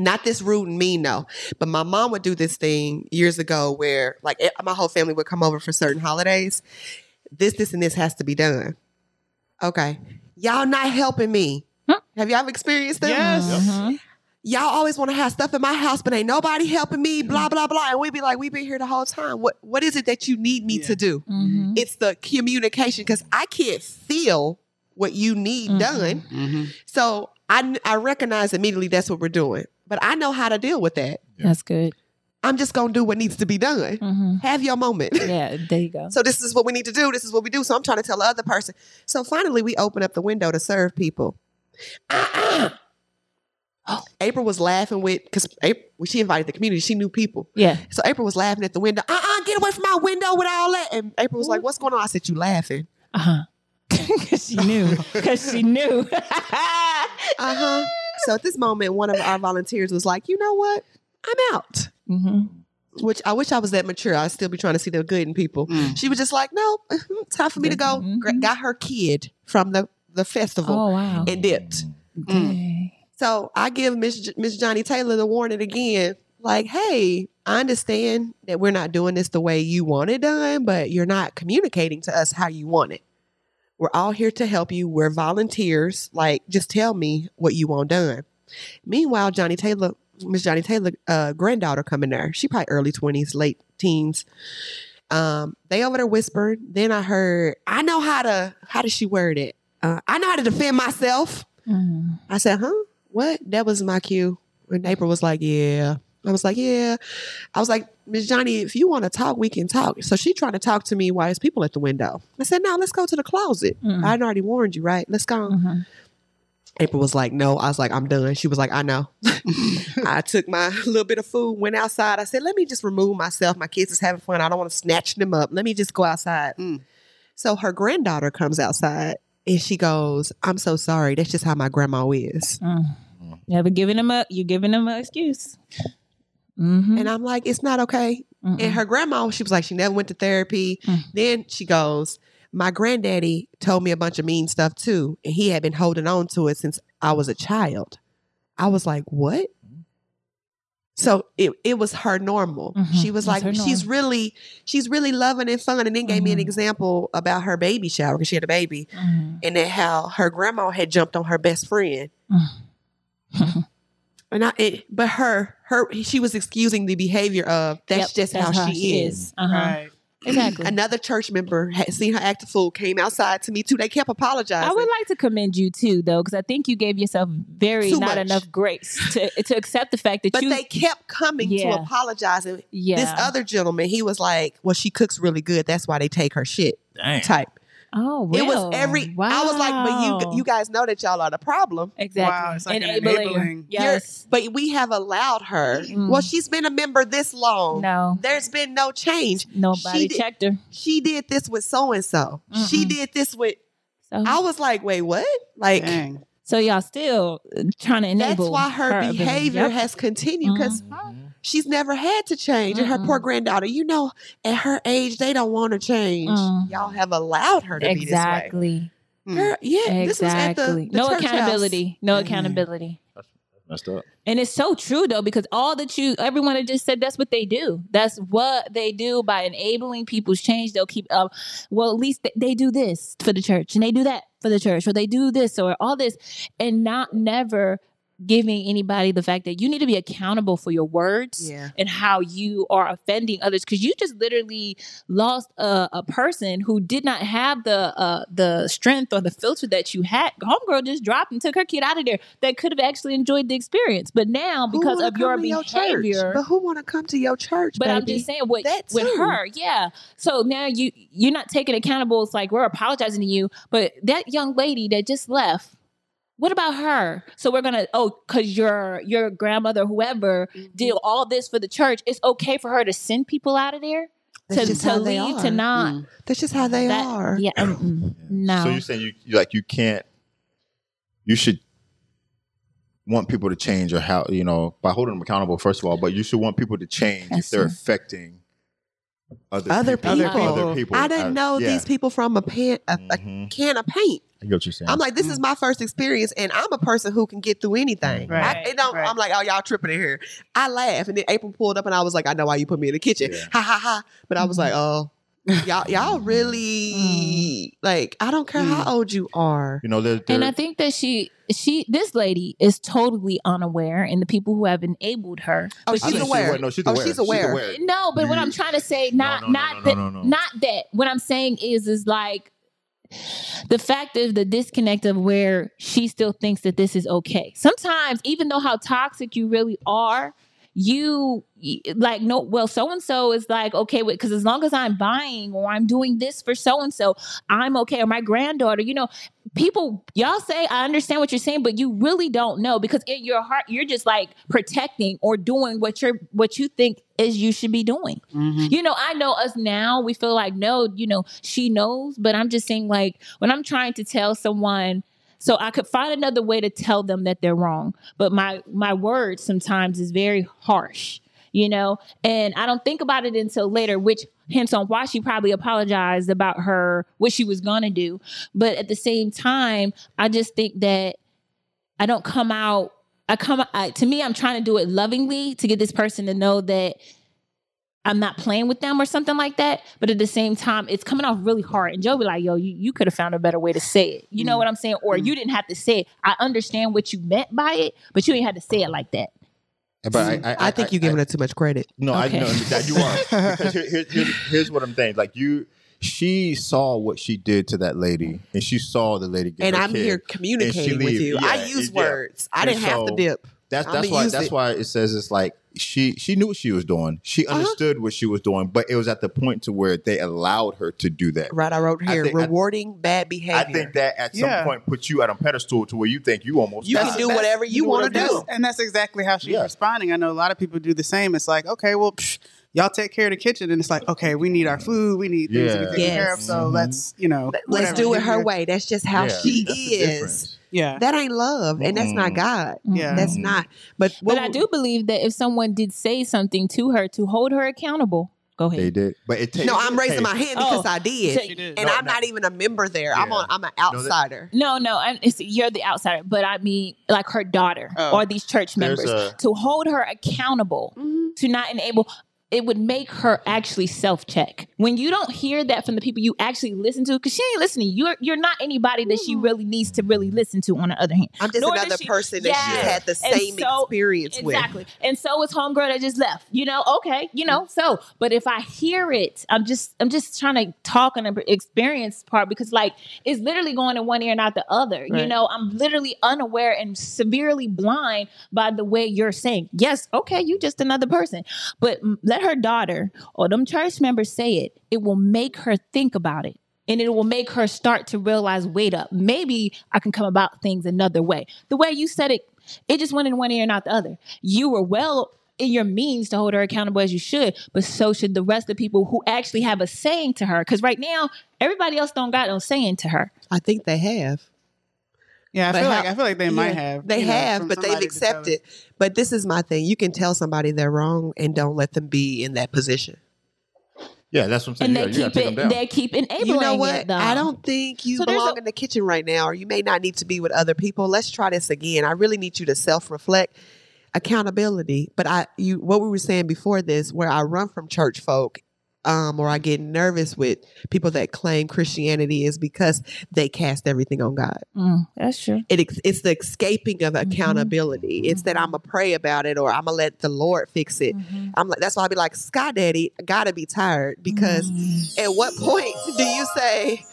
Speaker 3: Not this rude and mean, no. But my mom would do this thing years ago where, like, eh, my whole family would come over for certain holidays. This, this, and this has to be done. Okay. Y'all not helping me.
Speaker 4: Huh?
Speaker 3: Have y'all experienced that?
Speaker 2: Yes.
Speaker 4: Mhm.
Speaker 3: Y'all always want to have stuff in my house, but ain't nobody helping me, blah, blah, blah. And we'd be like, we've been here the whole time. What what is it that you need me
Speaker 2: Yeah.
Speaker 3: to do?
Speaker 4: Mhm.
Speaker 3: It's the communication because I can't feel what you need
Speaker 4: Mhm.
Speaker 3: done.
Speaker 2: Mhm.
Speaker 3: So I kn- I recognize immediately that's what we're doing. But I know how to deal with that.
Speaker 4: That's good.
Speaker 3: I'm just gonna do what needs to be done.
Speaker 4: hmm
Speaker 3: Have your moment. <laughs>
Speaker 4: Yeah. There you go.
Speaker 3: So this is what we need to do. This is what we do. So I'm trying to tell the other person. So finally, we open up the window to serve people. Uh-uh. <gasps> April was laughing with because she invited the community. She knew people.
Speaker 4: yeah.
Speaker 3: So April was laughing at the window. Uh uh get away from my window with all that. And April was like, "What's going on?" I said, "You laughing."
Speaker 4: Uh <laughs> huh. Because
Speaker 3: <laughs>
Speaker 4: she knew. Because she knew. <laughs>
Speaker 3: Uh huh. so at this moment, one of our volunteers was like, "You know what? I'm out."
Speaker 4: hmm
Speaker 3: Which I wish I was that mature. I'd still be trying to see the good in people.
Speaker 2: Mm.
Speaker 3: She was just like, "No, <laughs> time for me to go." Gra-
Speaker 4: Mhm.
Speaker 3: Got her kid from the the festival.
Speaker 4: Oh wow.
Speaker 3: and dipped. mm-hmm.
Speaker 4: Dang.
Speaker 3: So I give Miss J- Miss Johnny Taylor the warning again, like, hey, I understand that we're not doing this the way you want it done, but you're not communicating to us how you want it. We're all here to help you. We're volunteers. Like, just tell me what you want done. Meanwhile, Johnny Taylor, Miss Johnny Taylor, uh, granddaughter coming there. She probably early twenties, late teens, Um, they over there whispered. Then I heard, I know how to, how did she word it? Uh, I know how to defend myself.
Speaker 4: Mm.
Speaker 3: I said, huh? What? That was my cue. And April was like, yeah. I was like, yeah. I was like, Miss Johnny, if you want to talk, we can talk. So she trying to talk to me while there's people at the window. I said, no, let's go to the closet.
Speaker 4: Mm.
Speaker 3: I'd already warned you, right? Let's go.
Speaker 4: Mhm.
Speaker 3: April was like, no. I was like, I'm done. She was like, I know. I took my <laughs> little bit of food, went outside. I said, let me just remove myself. My kids is having fun. I don't want to snatch them up. Let me just go outside.
Speaker 2: Mm.
Speaker 3: So her granddaughter comes outside and she goes, I'm so sorry. That's just how my grandma is.
Speaker 4: Mm. Never giving them up. You giving them an excuse. Mm-hmm.
Speaker 3: And I'm like, it's not okay. And her grandma, she was like, she never went to therapy.
Speaker 4: Mm.
Speaker 3: Then she goes, My granddaddy told me a bunch of mean stuff too. And he had been holding on to it since I was a child. I was like, What? So it, it was her normal.
Speaker 4: Mhm.
Speaker 3: She was
Speaker 4: That's
Speaker 3: like,
Speaker 4: her norm.
Speaker 3: she's really, she's really loving and fun. And then gave me an
Speaker 4: Mhm.
Speaker 3: example about her baby shower because she had a baby
Speaker 4: Mm-hmm.
Speaker 3: and then how her grandma had jumped on her best
Speaker 4: <laughs>
Speaker 3: friend. and I, it, but her, her, she was excusing the behavior of that's just how, she, is.
Speaker 4: Uh-huh.
Speaker 2: Right.
Speaker 4: Exactly.
Speaker 3: Another church member had seen her act a fool, came outside to me too. They kept apologizing.
Speaker 4: I would like to commend you too, though, because I think you gave yourself very
Speaker 3: Too
Speaker 4: not
Speaker 3: much.
Speaker 4: enough grace to to accept the fact that
Speaker 3: but
Speaker 4: you.
Speaker 3: they kept coming
Speaker 4: Yeah.
Speaker 3: to apologize. And
Speaker 4: yeah.
Speaker 3: This other gentleman, he was like, Well, she cooks really good. That's why they take her shit
Speaker 1: Damn.
Speaker 3: type.
Speaker 4: oh,
Speaker 3: It
Speaker 4: well.
Speaker 3: was every I was like, but
Speaker 4: Wow.
Speaker 3: you you guys know that y'all are the problem.
Speaker 4: exactly
Speaker 2: Wow, it's like an enabling.
Speaker 4: Yes.
Speaker 3: But we have allowed her.
Speaker 4: Mm.
Speaker 3: Well, she's been a member this long.
Speaker 4: no.
Speaker 3: There's been no change.
Speaker 4: Nobody
Speaker 3: did-
Speaker 4: checked her.
Speaker 3: She did this with so and so. She
Speaker 4: Mm-mm.
Speaker 3: did this with
Speaker 4: So,
Speaker 3: I was like, wait, what? Like
Speaker 2: Dang.
Speaker 4: so y'all still uh, trying to
Speaker 3: that's
Speaker 4: enable.
Speaker 3: why her,
Speaker 4: ability.
Speaker 3: behavior
Speaker 4: Yep. Mm-hmm.
Speaker 3: has continued because
Speaker 1: Mm-hmm.
Speaker 3: she's never had to change. And her
Speaker 4: Mm-mm.
Speaker 3: poor granddaughter, you know, at her age, they don't want to change.
Speaker 4: Mm.
Speaker 3: Y'all have allowed her to be
Speaker 4: exactly.
Speaker 3: this way. Girl, yeah, <laughs> this was at the,
Speaker 4: Exactly.
Speaker 3: the
Speaker 4: no
Speaker 3: church house. Mm-hmm.
Speaker 4: accountability. No
Speaker 1: Mhm.
Speaker 4: accountability.
Speaker 1: Messed up.
Speaker 4: And it's so true though, because all that you, everyone that just said, that's what they do. That's what they do by enabling people's change. They'll keep, um, well, at least they, they do this for the church, and they do that for the church, or they do this or all this, and not never giving anybody the fact that you need to be accountable for your words
Speaker 3: Yeah.
Speaker 4: and how you are offending others because you just literally lost a, a person who did not have the uh, the strength or the filter that you had. Homegirl just dropped and took her kid out of there that could have actually enjoyed the experience, but now
Speaker 3: Who
Speaker 4: because
Speaker 3: wanna
Speaker 4: of your
Speaker 3: come to church?
Speaker 4: behavior.
Speaker 3: but who want to come to your church?
Speaker 4: but I'm
Speaker 3: baby?
Speaker 4: just saying, with
Speaker 3: That
Speaker 4: with
Speaker 3: too.
Speaker 4: her, yeah. So now you you're not taking accountable. It's like we're apologizing to you, but that young lady that just left. What about her? So we're gonna oh, cause your your grandmother, whoever,
Speaker 3: Mm-hmm.
Speaker 4: did all this for the church. It's okay for her to send people out of there
Speaker 3: That's
Speaker 4: to
Speaker 3: just
Speaker 4: to
Speaker 3: how they
Speaker 4: leave
Speaker 3: are.
Speaker 4: to not.
Speaker 2: Mm.
Speaker 3: That's just how they
Speaker 4: That-
Speaker 3: are.
Speaker 4: Yeah. mm-mm. No.
Speaker 1: So you're saying you, you like you can't you should want people to change or how you know by holding them accountable first of all, but you should want people to change
Speaker 4: That's
Speaker 1: if they're
Speaker 4: it.
Speaker 1: affecting other
Speaker 3: Other
Speaker 1: people,
Speaker 2: people.
Speaker 1: Other people. Uh,
Speaker 3: I didn't know these people from a pan a, a
Speaker 1: Mhm.
Speaker 3: can of paint.
Speaker 1: I get what you're saying.
Speaker 3: I'm like, this
Speaker 2: Mm.
Speaker 3: is my first experience, and I'm a person who can get through anything.
Speaker 2: Right,
Speaker 3: I, it don't,
Speaker 2: right.
Speaker 3: I'm like, oh, y'all tripping in here. I laugh, and then April pulled up, and I was like, I know why you put me in the kitchen.
Speaker 1: Yeah.
Speaker 3: Ha ha ha. But I was
Speaker 4: Mhm.
Speaker 3: like, oh,
Speaker 2: Mm-hmm.
Speaker 3: y'all,
Speaker 2: <laughs> Mm.
Speaker 3: y'all really like. I don't care how old you are.
Speaker 1: you know, they're,
Speaker 4: and
Speaker 1: they're-
Speaker 4: I think that she she this lady is totally unaware, and the people who have enabled her.
Speaker 3: Oh,
Speaker 4: But
Speaker 1: I
Speaker 3: she's
Speaker 1: think
Speaker 4: she-
Speaker 1: she's
Speaker 3: aware.
Speaker 1: No, she's
Speaker 3: Oh,
Speaker 1: aware.
Speaker 3: she's aware.
Speaker 4: No, but what I'm trying to say, not
Speaker 1: No, no, no,
Speaker 4: not
Speaker 1: no,
Speaker 4: that,
Speaker 1: no, no, no.
Speaker 4: not that. What I'm saying is, is like the fact of the disconnect of where she still thinks that this is okay. Sometimes, even though how toxic you really are, you y- like no. Well, so and so is like okay with because as long as I'm buying or I'm doing this for so and so, I'm okay. Or my granddaughter, you know, people y'all say I understand what you're saying, but you really don't know because in your heart you're just like protecting or doing what you're what you think is you should be doing.
Speaker 2: Mhm.
Speaker 4: You know, I know us now, we feel like, no, you know, she knows, but I'm just saying, like, when I'm trying to tell someone, so I could find another way to tell them that they're wrong, but my my words sometimes is very harsh, you know, and I don't think about it until later, which hence on why she probably apologized about her what she was gonna do, but at the same time, I just think that I don't come out. I come I, to me. I'm trying to do it lovingly to get this person to know that I'm not playing with them or something like that. But at the same time, it's coming off really hard. And Joe be like, "Yo, you, you could have found a better way to say it. You know
Speaker 2: Mm.
Speaker 4: what I'm saying? Or
Speaker 2: Mm.
Speaker 4: you didn't have to say it. I understand what you meant by it, but you ain't had to say it like that.
Speaker 1: But I, I,
Speaker 3: I think you're giving her too much credit.
Speaker 1: No,
Speaker 4: Okay.
Speaker 1: I know that you
Speaker 3: <laughs>
Speaker 1: are. Because here, here, here's, here's what I'm saying. Like you, she saw what she did to that lady, and she saw the lady. Get
Speaker 3: And
Speaker 1: her
Speaker 3: I'm
Speaker 1: kid.
Speaker 3: here communicating with
Speaker 1: leave.
Speaker 3: you. I
Speaker 1: Yeah,
Speaker 3: use
Speaker 1: yeah.
Speaker 3: words. I
Speaker 1: And
Speaker 3: didn't have to
Speaker 1: so-
Speaker 3: dip.
Speaker 1: That's
Speaker 3: I'ma
Speaker 1: that's why
Speaker 3: use
Speaker 1: that's
Speaker 3: it.
Speaker 1: why it says it's like she she knew what she was doing. She
Speaker 3: Uh-huh.
Speaker 1: understood what she was doing, but it was at the point to where they allowed her to do that.
Speaker 3: Right, I wrote
Speaker 1: I
Speaker 3: here
Speaker 1: think- I-
Speaker 3: rewarding bad behavior.
Speaker 1: I think that at some
Speaker 2: Yeah.
Speaker 1: point puts you at a pedestal to where you think you almost
Speaker 3: You
Speaker 1: died.
Speaker 3: can do whatever you wanna
Speaker 2: that's-
Speaker 3: do.
Speaker 2: and that's exactly how she's
Speaker 1: Yeah.
Speaker 2: responding. I know a lot of people do the same. It's like, okay, well, psh, y'all take care of the kitchen, and it's like, okay, we need our food, we need things to be
Speaker 1: Yeah.
Speaker 2: taken care of, so
Speaker 1: Yes.
Speaker 2: let's, you know,
Speaker 3: Let's
Speaker 2: whatever.
Speaker 3: do it her way. That's just how
Speaker 1: Yeah,
Speaker 3: she
Speaker 1: that's the
Speaker 3: is.
Speaker 1: difference.
Speaker 2: Yeah,
Speaker 3: That ain't love, and that's not
Speaker 1: Mm.
Speaker 3: God.
Speaker 2: Yeah.
Speaker 3: That's
Speaker 1: Mhm.
Speaker 3: not. But
Speaker 4: But
Speaker 3: what
Speaker 4: I do believe that if someone did say something to her to hold her accountable, go
Speaker 1: They
Speaker 4: ahead.
Speaker 1: did, but it takes.
Speaker 3: No, I'm raising
Speaker 1: hey,
Speaker 3: my hand
Speaker 4: Oh.
Speaker 3: because I did,
Speaker 4: So-
Speaker 2: she did.
Speaker 3: and
Speaker 1: No,
Speaker 3: I'm
Speaker 1: no.
Speaker 3: not even a member there. I'm
Speaker 1: Yeah.
Speaker 3: on. I'm an
Speaker 1: No, that-
Speaker 3: outsider.
Speaker 4: No, no, I'm, it's, you're the outsider. But I mean, like her daughter
Speaker 2: Oh.
Speaker 4: or these church
Speaker 1: There's
Speaker 4: members
Speaker 1: a
Speaker 4: to hold her accountable
Speaker 3: Mhm.
Speaker 4: to not enable it would make her actually self check when you don't hear that from the people you actually listen to because she ain't listening you're you're not anybody that she really needs to really listen to on the other hand
Speaker 3: I'm just
Speaker 4: Nor does
Speaker 3: another
Speaker 4: she-
Speaker 3: person that she's
Speaker 4: Yeah.
Speaker 3: had the
Speaker 4: And
Speaker 3: same
Speaker 4: so-
Speaker 3: experience with.
Speaker 4: exactly and so is homegirl that just left you know okay you know so but if i hear it i'm just i'm just trying to talk on the experience part because like it's literally going in one ear and out the other you
Speaker 2: Right.
Speaker 4: know i'm literally unaware and severely blind by the way you're saying yes okay you just another person but m- let her daughter or them church members say it it will make her think about it and it will make her start to realize wait up maybe i can come about things another way the way you said it it just went in one ear and out the other you were well in your means to hold her accountable as you should but so should the rest of the people who actually have a saying to her because right now everybody else don't got no saying to her
Speaker 3: I think they have.
Speaker 2: yeah. I
Speaker 3: But
Speaker 2: feel
Speaker 3: how-
Speaker 2: like I feel like they might
Speaker 3: Yeah,
Speaker 2: have.
Speaker 3: They
Speaker 2: you know,
Speaker 3: have,
Speaker 2: from
Speaker 3: but they've
Speaker 2: somebody to tell us.
Speaker 3: accepted. But this is my thing. You can tell somebody they're wrong and don't let them be in that position.
Speaker 1: yeah. That's what I'm saying.
Speaker 4: and
Speaker 1: yeah,
Speaker 4: they
Speaker 1: you gotta
Speaker 4: keep
Speaker 1: take them down.
Speaker 4: it they keep enabling
Speaker 3: you know
Speaker 4: it
Speaker 3: what?
Speaker 4: though.
Speaker 3: I don't think you
Speaker 4: So there's
Speaker 3: belong
Speaker 4: a-
Speaker 3: in the kitchen right now, or you may not need to be with other people. Let's try this again. I really need you to self reflect accountability. But I, you, what we were saying before this, where I run from church folk, um, or I get nervous with people that claim Christianity is because they cast everything on God.
Speaker 4: Mm, that's true
Speaker 3: It, ex- it's the escaping of
Speaker 4: Mm-hmm.
Speaker 3: accountability. It's that I'm gonna pray about it, or I'm gonna let the Lord fix
Speaker 4: Mm-hmm.
Speaker 3: it. I'm like, that's why I be like, Sky Daddy, gotta be tired because
Speaker 4: Mm-hmm.
Speaker 3: at what point do you say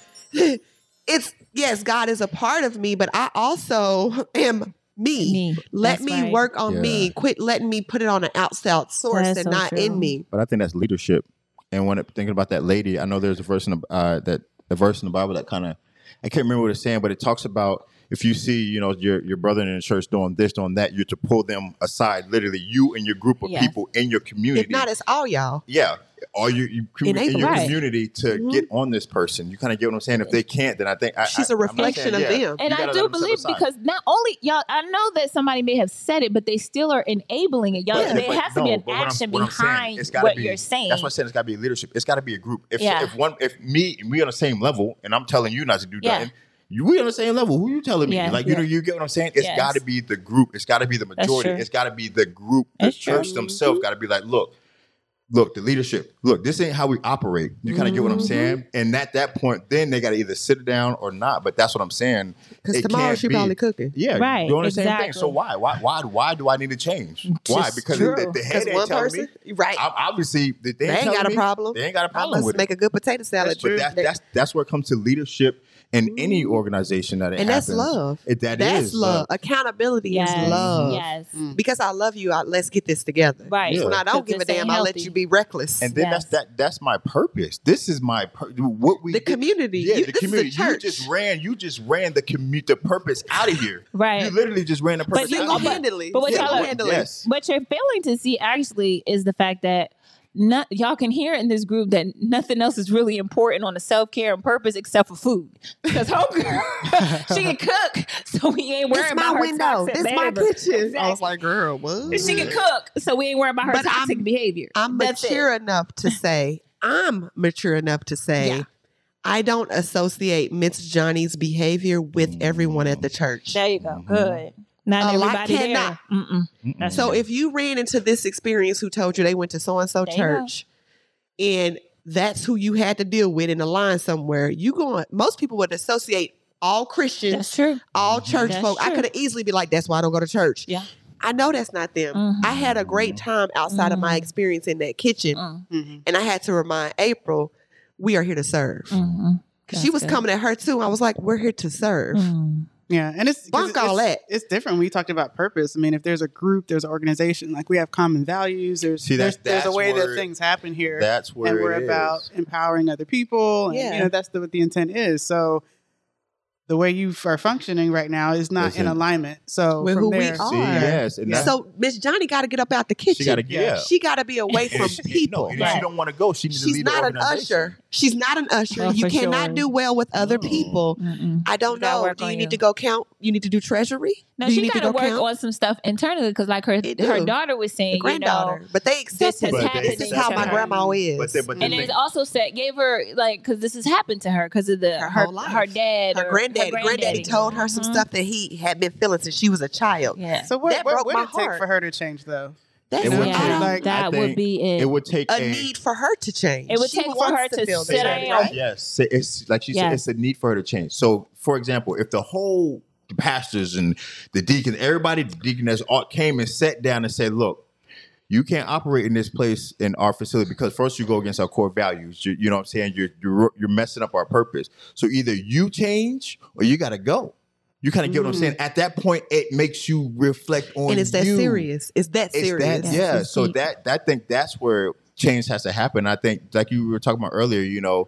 Speaker 3: it's yes god is a part of me but i also am me,
Speaker 4: me
Speaker 3: let
Speaker 4: That's
Speaker 3: me
Speaker 4: right.
Speaker 3: work on me quit letting me put it on an outside source
Speaker 4: That's
Speaker 3: and
Speaker 4: so
Speaker 3: not
Speaker 4: true.
Speaker 3: in me
Speaker 1: but I think that's leadership. And when it, thinking about that lady, I know there's a verse in the, uh, that a verse in the Bible that kind of I can't remember what it's saying, but it talks about if you see you know your your brother in the church doing this, doing that, you're to pull them aside. Literally, you and your group of
Speaker 4: Yes.
Speaker 1: people in your community.
Speaker 3: if not it's all y'all
Speaker 1: yeah, are you, you commu-
Speaker 3: Enable.
Speaker 1: in your
Speaker 4: Right.
Speaker 1: community to
Speaker 3: Mhm.
Speaker 1: get on this person? You kind of get what I'm saying. If they can't, then I think I,
Speaker 3: she's
Speaker 1: a
Speaker 3: a reflection of them
Speaker 4: and I do believe because not only y'all, I know that somebody may have said it, but they still are enabling it. Y'all,
Speaker 1: But-
Speaker 4: there
Speaker 1: but
Speaker 4: has to be
Speaker 1: no,
Speaker 4: an
Speaker 1: but what I'm-
Speaker 4: action
Speaker 1: what I'm saying,
Speaker 4: behind
Speaker 1: it's gotta
Speaker 4: what
Speaker 1: be-
Speaker 4: you're saying.
Speaker 1: That's why I said it's got to be leadership. It's got to be a group. If
Speaker 4: Yeah.
Speaker 1: if one if me and we on the same level and I'm telling you not to do
Speaker 4: Yeah.
Speaker 1: nothing, you we on the same level. Who you telling me?
Speaker 4: Yeah.
Speaker 1: Like you know you get what I'm saying? It's
Speaker 4: Yes.
Speaker 1: got to be the group. It's got to be the majority.
Speaker 4: true.
Speaker 1: It's got to be the group. The
Speaker 4: That's true.
Speaker 1: church themselves got to be like, look, look, the leadership. Look, this ain't how we operate. You kind of get what I'm
Speaker 4: Mm-hmm.
Speaker 3: Mhm.
Speaker 1: saying? And at that point, then they got to either sit down or not. But that's what I'm saying.
Speaker 3: because
Speaker 1: It
Speaker 3: tomorrow
Speaker 1: can't
Speaker 3: she
Speaker 1: be.
Speaker 3: probably cooking
Speaker 1: Yeah,
Speaker 4: Right,
Speaker 1: doing the same thing.
Speaker 4: exactly.
Speaker 1: So why, why, why, why do I need to change? Why?
Speaker 4: Just
Speaker 1: Because
Speaker 4: true.
Speaker 1: the, the head
Speaker 3: because
Speaker 1: ain't
Speaker 3: one
Speaker 1: telling me.
Speaker 3: person right
Speaker 1: I, obviously, they,
Speaker 3: they ain't
Speaker 1: telling
Speaker 3: got a
Speaker 1: me-
Speaker 3: problem
Speaker 1: They ain't got a
Speaker 3: i
Speaker 1: problem
Speaker 3: must
Speaker 1: with
Speaker 3: make
Speaker 1: it.
Speaker 3: a good potato salad
Speaker 1: That's but that,
Speaker 3: They-
Speaker 1: that's that's where it comes to leadership in any organization that it
Speaker 3: Mm-hmm. and that's
Speaker 1: happens.
Speaker 3: love
Speaker 1: It, that
Speaker 3: that's
Speaker 1: is
Speaker 3: love. accountability
Speaker 4: yes,
Speaker 3: is love
Speaker 4: Yes,
Speaker 2: Mm.
Speaker 3: because i love you I, let's get this together
Speaker 4: right.
Speaker 1: Yeah.
Speaker 3: when i don't
Speaker 4: Because
Speaker 3: give a
Speaker 4: this ain't
Speaker 3: damn i'll let
Speaker 4: healthy.
Speaker 3: you be reckless
Speaker 1: And then
Speaker 4: Yes.
Speaker 1: that's that. That's my purpose. This is my pur- what we
Speaker 3: the
Speaker 1: did-
Speaker 3: community
Speaker 1: Yeah,
Speaker 3: You-
Speaker 1: the
Speaker 3: this is a
Speaker 1: community. You
Speaker 3: church.
Speaker 1: just ran. You just ran the commute. The purpose out of here. You
Speaker 4: Right.
Speaker 1: literally just ran the purpose. out
Speaker 3: single
Speaker 1: of here.
Speaker 3: handedly.
Speaker 4: but what y'all are-
Speaker 3: handedly.
Speaker 1: Yes.
Speaker 4: What you're failing to see actually is the fact that not, y'all can hear in this group that nothing else is really important on the self care and purpose except for food.
Speaker 1: <laughs>
Speaker 4: Because homegirl, <laughs> she can cook, so we ain't worrying
Speaker 3: This
Speaker 4: about
Speaker 3: my
Speaker 4: her
Speaker 3: window.
Speaker 4: toxic
Speaker 3: This my
Speaker 4: behavior.
Speaker 3: kitchen. I was
Speaker 4: Exactly.
Speaker 3: like, girl, what?
Speaker 4: She can cook, so we ain't worrying about her
Speaker 3: But
Speaker 4: toxic
Speaker 3: I'm-
Speaker 4: behavior.
Speaker 3: <laughs> I'm
Speaker 4: That's it.
Speaker 3: mature enough
Speaker 4: <laughs>
Speaker 3: to say. I'm mature enough to say.
Speaker 4: Yeah.
Speaker 3: I don't associate Miss Johnny's behavior with everyone at the church.
Speaker 4: There you go.
Speaker 1: Mhm.
Speaker 4: Good. Not
Speaker 3: A lot
Speaker 4: everybody
Speaker 3: Mm-hmm. Oh,
Speaker 4: there.
Speaker 3: cannot.
Speaker 4: Mm-mm.
Speaker 1: Mm-mm.
Speaker 4: That's-
Speaker 3: so if you ran into this experience, who told you they went to so and so
Speaker 4: There you go.
Speaker 3: church, and that's who you had to deal with in the line somewhere, you going? Most people would associate all Christians
Speaker 4: That's true.
Speaker 3: all church
Speaker 4: Mm-hmm. That's
Speaker 3: folk. I
Speaker 4: true.
Speaker 3: could have easily be like, that's why I don't go to church.
Speaker 4: Yeah.
Speaker 3: I know that's not them.
Speaker 4: Mhm.
Speaker 3: I had a great time outside of my
Speaker 4: Mhm.
Speaker 3: experience in that kitchen,
Speaker 4: Mm,
Speaker 2: Mhm.
Speaker 3: and I had to remind April, we are here to serve.
Speaker 4: mhm,
Speaker 3: 'Cause she
Speaker 4: That's
Speaker 3: was
Speaker 4: good.
Speaker 3: coming at her too. I was like, we're here to serve.
Speaker 4: mm.
Speaker 2: Yeah, and it's 'cause
Speaker 3: Bunk all
Speaker 2: it's,
Speaker 3: that.
Speaker 2: It's different. We talked about purpose. I mean, if there's a group, there's an organization. Like we have common values. There's
Speaker 1: See, that-
Speaker 2: there's, there's a
Speaker 1: that's
Speaker 2: way that
Speaker 1: where-
Speaker 2: things happen here,
Speaker 1: That's where
Speaker 2: and we're
Speaker 1: it
Speaker 2: about
Speaker 1: is.
Speaker 2: empowering other people. And,
Speaker 3: Yeah.
Speaker 2: you know that's the, what the intent is. So the way you are functioning right now is not in
Speaker 1: Listen.
Speaker 2: alignment. So
Speaker 3: With
Speaker 2: from
Speaker 3: who we
Speaker 2: there,
Speaker 3: are.
Speaker 1: See, yes, and
Speaker 2: Yeah.
Speaker 1: that's
Speaker 3: So Miss Johnny got to get up out the
Speaker 1: she
Speaker 3: kitchen.
Speaker 1: got to get
Speaker 2: Yeah.
Speaker 1: up.
Speaker 3: She got to
Speaker 1: <laughs>
Speaker 3: be away
Speaker 1: And
Speaker 3: from
Speaker 1: she-
Speaker 3: people.
Speaker 1: No, and if
Speaker 4: Right.
Speaker 1: she don't want to go. She needs to
Speaker 3: She's
Speaker 1: lead the
Speaker 3: not an
Speaker 1: organization.
Speaker 3: usher. She's not an usher.
Speaker 4: Oh,
Speaker 3: you
Speaker 4: for
Speaker 3: cannot
Speaker 4: sure.
Speaker 3: do well with other
Speaker 1: No.
Speaker 3: people.
Speaker 4: Mm-mm.
Speaker 3: I don't
Speaker 4: You gotta
Speaker 3: know.
Speaker 4: work
Speaker 3: Do you
Speaker 4: on
Speaker 3: need
Speaker 4: you.
Speaker 3: to go count? You need to do treasury.
Speaker 4: Now
Speaker 3: do you
Speaker 4: she
Speaker 3: need
Speaker 4: got to work
Speaker 3: count?
Speaker 4: on some stuff internally because, like her
Speaker 3: It
Speaker 4: her
Speaker 3: do.
Speaker 4: daughter was saying,
Speaker 3: the
Speaker 4: you know,
Speaker 3: granddaughter. but they
Speaker 4: this
Speaker 3: existed.
Speaker 4: has
Speaker 1: But they-
Speaker 4: happened.
Speaker 3: This is
Speaker 4: to
Speaker 3: how
Speaker 4: her.
Speaker 3: my grandma is.
Speaker 1: But they- but
Speaker 4: And
Speaker 1: they-
Speaker 4: it also said gave her like because this has happened to her because of the
Speaker 3: Her
Speaker 4: her
Speaker 3: whole
Speaker 4: her,
Speaker 3: life.
Speaker 4: dad
Speaker 3: her
Speaker 4: or-
Speaker 3: granddaddy. Granddaddy told her some
Speaker 4: Mhm.
Speaker 3: stuff that he had been feeling since she was a child.
Speaker 4: Yeah,
Speaker 2: so what,
Speaker 3: That
Speaker 2: what
Speaker 3: broke
Speaker 2: would
Speaker 3: my
Speaker 2: it take
Speaker 3: heart.
Speaker 2: for her to change though?
Speaker 3: That's
Speaker 1: It would
Speaker 3: I
Speaker 1: take-
Speaker 3: don't-
Speaker 2: like-
Speaker 4: that
Speaker 1: I
Speaker 4: would
Speaker 1: think
Speaker 4: be it.
Speaker 1: It would take
Speaker 3: a need for her to change.
Speaker 4: It would
Speaker 3: She
Speaker 4: take for
Speaker 3: wants
Speaker 4: her to
Speaker 3: feel
Speaker 4: sit
Speaker 3: that,
Speaker 1: down.
Speaker 3: right?
Speaker 1: Yes, So it's like she said,
Speaker 4: Yes.
Speaker 1: it's a need for her to change. So, for example, if the whole the pastors and the deacon, everybody, the deaconess, all came and sat down and said, "Look, you can't operate in this place in our facility because first you go against our core values. You, you know what I'm saying? You're, you're you're messing up our purpose. So either you change or you got to go. You kind of get what I'm
Speaker 2: Mm.
Speaker 1: saying. At that point, it makes you reflect on
Speaker 3: And it's that
Speaker 1: you.
Speaker 3: serious. It's that
Speaker 1: It's
Speaker 3: serious.
Speaker 1: that,
Speaker 4: Yes,
Speaker 1: yeah.
Speaker 4: it's
Speaker 1: So
Speaker 4: deep.
Speaker 1: that that think that's where change has to happen. I think like you were talking about earlier, you know,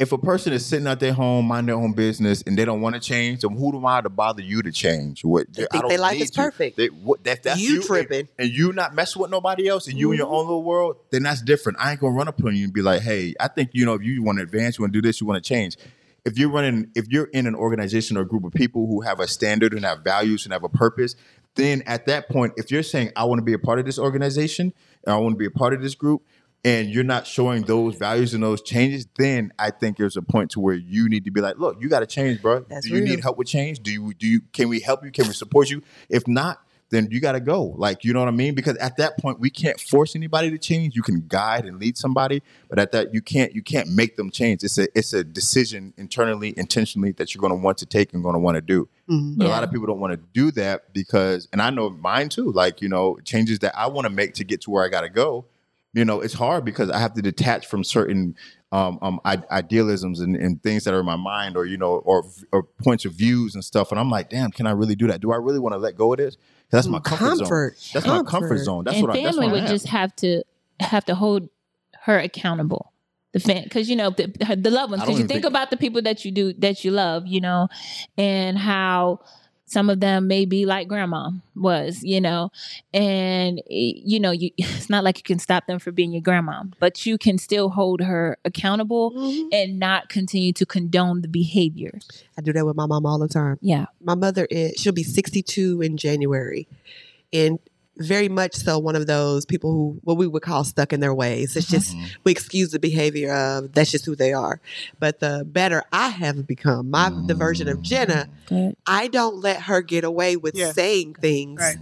Speaker 1: if a person is sitting at their home, mind their own business, and they don't want to change, then who am I to bother you to change? What
Speaker 3: They think their life is perfect.
Speaker 1: They, what, that, that's
Speaker 3: You
Speaker 1: you,
Speaker 3: tripping.
Speaker 1: and, you not messing with nobody else, and you in your
Speaker 3: Mm-hmm.
Speaker 1: own little world. Then that's different. I ain't gonna run up on you and be like, "Hey, I think you know if you want to advance, you want to do this, you want to change." If you're running, if you're in an organization or a group of people who have a standard and have values and have a purpose, then at that point, if you're saying, "I want to be a part of this organization and I want to be a part of this group," and you're not showing those values and those changes, then I think there's a point to where you need to be like, look, you got to change, bro.
Speaker 3: That's
Speaker 1: do you
Speaker 3: real.
Speaker 1: need help with change? Do you do you can we help you? Can we support you? If not, then you got to go. Like, you know what I mean? Because at that point, we can't force anybody to change. You can guide and lead somebody, but at that you can't you can't make them change. It's a it's a decision internally, intentionally that you're going to want to take and going to want to do.
Speaker 2: Mhm.
Speaker 1: But a
Speaker 4: Yeah.
Speaker 1: lot of people don't want to do that because, and I know mine too. Like you know, changes that I want to make to get to where I got to go. You know, it's hard because I have to detach from certain um, um, I- idealisms and, and things that are in my mind, or you know, or or points of views and stuff. And I'm like, damn, can I really do that? Do I really want to let go of this? 'Cause That's my comfort, zone.
Speaker 3: Comfort.
Speaker 1: That's my comfort zone. That's
Speaker 4: and
Speaker 1: what I. That's
Speaker 4: family
Speaker 1: what I
Speaker 4: would
Speaker 1: am.
Speaker 4: just have to have to hold her accountable. The fan, because you know the, her- the loved ones.
Speaker 1: I don't
Speaker 4: Because you
Speaker 1: even
Speaker 4: think,
Speaker 1: think-
Speaker 4: about the people that you do that you love, you know, and how some of them may be like grandma was, you know, and eh, you know, you <laughs> it's not like you can stop them for being your grandma, but you can still hold her accountable
Speaker 3: Mhm.
Speaker 4: and not continue to condone the behavior.
Speaker 3: I do that with my mom all the time.
Speaker 4: Yeah.
Speaker 3: my mother is she'll be 62 in january and very much so one of those people who what we would call stuck in their ways it's <laughs> just
Speaker 1: Mhm.
Speaker 3: we excuse the behavior of that's just who they are but the better i have become my the version of jenna
Speaker 4: Good.
Speaker 3: i don't let her get away with
Speaker 2: Yeah.
Speaker 3: saying things
Speaker 2: Right.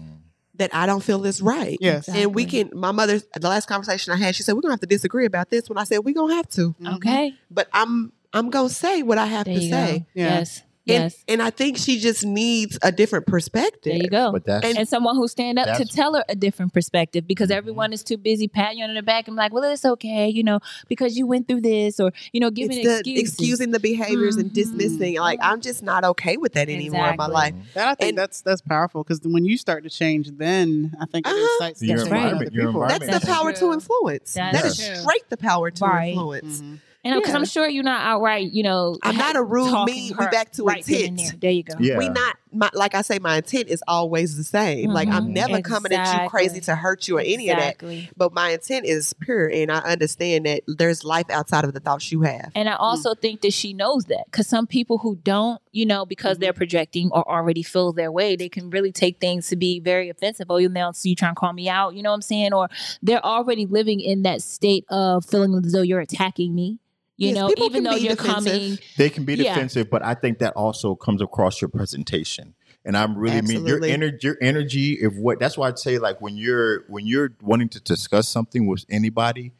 Speaker 3: that i don't feel is right
Speaker 2: Yes.
Speaker 3: and we can my mother the last conversation i had she said we're gonna have to disagree about this when i said we're gonna have to
Speaker 2: Mhm.
Speaker 4: Okay.
Speaker 3: but i'm i'm gonna say what i Mm-hmm. have
Speaker 4: There
Speaker 3: to
Speaker 4: you go.
Speaker 3: say
Speaker 2: Yeah.
Speaker 4: Yes.
Speaker 3: and,
Speaker 4: yes.
Speaker 3: and i think she just needs a different perspective
Speaker 4: There you go.
Speaker 1: But that's
Speaker 3: And- Mm-hmm.
Speaker 4: and someone who stand up to
Speaker 1: That's-
Speaker 4: tell her a different perspective because
Speaker 1: Mhm.
Speaker 4: everyone is too busy patting you on the back and like, well, it's okay, you know, because you went through this or you know, giving
Speaker 3: It's the
Speaker 4: excuses.
Speaker 3: excusing the behaviors and
Speaker 4: Mhm.
Speaker 3: dismissing. Like I'm just not okay with that anymore in
Speaker 1: Mm-hmm.
Speaker 3: my
Speaker 4: Exactly.
Speaker 3: life.
Speaker 2: That I think
Speaker 3: And-
Speaker 2: that's that's powerful because when you start to change, then I think it
Speaker 3: Uh-huh.
Speaker 2: incites
Speaker 1: Your
Speaker 2: that change in other
Speaker 1: environment- your
Speaker 2: people.
Speaker 1: environment
Speaker 3: That's
Speaker 1: Right.
Speaker 3: the power
Speaker 4: True.
Speaker 3: to influence.
Speaker 4: That
Speaker 3: that
Speaker 1: is
Speaker 3: is
Speaker 4: true.
Speaker 3: straight the power to
Speaker 4: Right.
Speaker 3: influence.
Speaker 2: Mhm.
Speaker 4: and because
Speaker 3: Yeah.
Speaker 4: I'm sure you're not outright, you know,
Speaker 3: I'm not a rude,
Speaker 4: talking
Speaker 3: mean.
Speaker 4: her
Speaker 3: We back to
Speaker 4: right then and
Speaker 3: intent.
Speaker 4: There. there you go.
Speaker 1: yeah.
Speaker 3: We not my, like I say, my intent is always the same. Like I'm
Speaker 1: Mhm.
Speaker 3: never coming at you
Speaker 4: Exactly.
Speaker 3: crazy to hurt you or any of that.
Speaker 4: Mm-hmm. Exactly.
Speaker 3: But my intent is pure, and I understand that there's life outside of the thoughts you have.
Speaker 4: And I also think that she knows that because some people who don't, you know, because
Speaker 3: Mm-hmm.
Speaker 2: Mhm.
Speaker 4: they're projecting or already feel their way, they can really take things to be very offensive. Oh, you now so you trying to call me out, you know what I'm saying? Or they're already living in that state of feeling as though you're attacking me, you
Speaker 3: Yes,
Speaker 4: know,
Speaker 3: people
Speaker 4: even
Speaker 3: can
Speaker 4: though
Speaker 3: be
Speaker 4: you're
Speaker 3: defensive.
Speaker 4: coming.
Speaker 1: They can be
Speaker 4: Yeah.
Speaker 1: defensive, but I think that also comes across your presentation. And I'm really mean
Speaker 3: Absolutely.
Speaker 1: your energy your energy if what that's why I'd say like when you're when you're wanting to discuss something with anybody,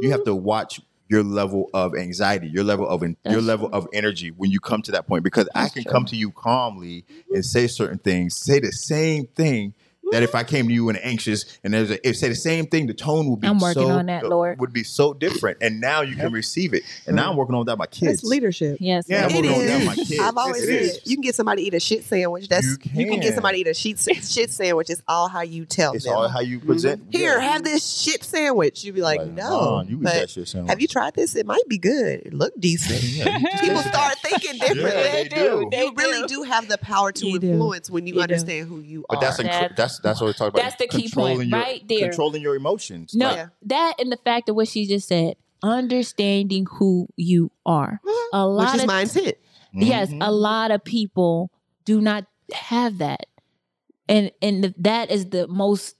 Speaker 1: you have to watch your level of anxiety, your level of your
Speaker 4: That's
Speaker 1: level of energy when you come to that point because I
Speaker 4: That's Mm-hmm.
Speaker 1: can
Speaker 4: true.
Speaker 1: come to you calmly and say certain things, say the same thing That if I
Speaker 4: Mm-hmm.
Speaker 1: came to you and anxious and there's a, if say the same thing, the tone would be
Speaker 4: I'm working
Speaker 1: so-
Speaker 4: on that, Lord. Mm-hmm.
Speaker 1: would be so different. And now you can receive it. And now I'm working on that with my kids.
Speaker 3: That's leadership.
Speaker 4: Yes.
Speaker 1: Yeah,
Speaker 4: Lord.
Speaker 1: I'm
Speaker 3: It
Speaker 1: working on that
Speaker 3: is.
Speaker 1: with my kids.
Speaker 3: I've always
Speaker 1: Yes,
Speaker 3: said
Speaker 1: it
Speaker 3: it. you can get somebody to eat a shit sandwich. That's you
Speaker 1: You
Speaker 3: can, get
Speaker 1: can.
Speaker 3: somebody to eat a shit shit sandwich. It's all how you tell
Speaker 1: It's
Speaker 3: them.
Speaker 1: all how
Speaker 4: Mm-hmm.
Speaker 1: you present.
Speaker 3: Here,
Speaker 1: yeah.
Speaker 3: have this shit sandwich. You'd be like, no.
Speaker 1: nah, you eat
Speaker 3: but
Speaker 1: that shit sandwich.
Speaker 3: have you tried this? It might be good. It looked decent.
Speaker 1: Yeah, you just-
Speaker 3: <laughs> People start thinking differently.
Speaker 1: <laughs> <laughs> Yeah, they do.
Speaker 3: you really do have the power to
Speaker 4: You do.
Speaker 3: influence when you,
Speaker 4: You do.
Speaker 3: understand who you
Speaker 1: But
Speaker 3: are.
Speaker 1: that's a,
Speaker 4: That's-
Speaker 1: that's that's what we talk about.
Speaker 4: that's the key
Speaker 1: Controlling
Speaker 4: point
Speaker 1: your-
Speaker 4: right there.
Speaker 1: Controlling your emotions.
Speaker 4: No,
Speaker 1: Like,
Speaker 3: Yeah.
Speaker 4: that and the fact that what she just said, understanding who you are.
Speaker 3: Mhm.
Speaker 4: A lot
Speaker 3: which is
Speaker 4: of
Speaker 3: my intent.
Speaker 4: yes, uh,
Speaker 3: Mm-hmm.
Speaker 1: mhm.
Speaker 4: a lot of people do not have that, and and the, that is the most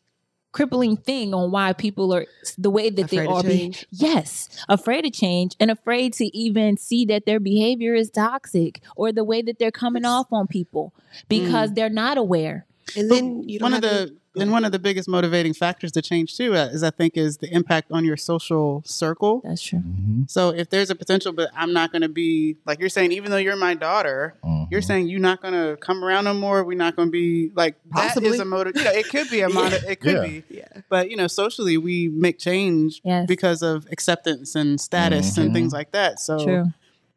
Speaker 4: crippling thing on why people are the way that they
Speaker 3: Afraid of
Speaker 4: are. being-
Speaker 3: change.
Speaker 4: yes, afraid of change and afraid to even see that their behavior is toxic or the way that they're coming off on people
Speaker 3: Mm.
Speaker 4: because they're not aware.
Speaker 3: And then you don't
Speaker 2: one of
Speaker 3: have to-
Speaker 2: the and one of the biggest motivating factors to change too uh, is I think is the impact on your social circle.
Speaker 4: That's true.
Speaker 1: Mhm,
Speaker 2: So if there's a potential, but I'm not going to be like you're saying, even though you're my daughter,
Speaker 1: mhm.
Speaker 2: you're saying you're not going to come around no more. We're not going to be like that
Speaker 3: Possibly.
Speaker 2: is a motive. You know, it could
Speaker 3: <laughs>
Speaker 2: be a motive. It could
Speaker 1: Yeah.
Speaker 2: be,
Speaker 3: Yeah.
Speaker 2: but you know, socially we make change
Speaker 4: Yes,
Speaker 2: because of acceptance and status
Speaker 1: Mhm.
Speaker 2: and things like that. So
Speaker 4: true.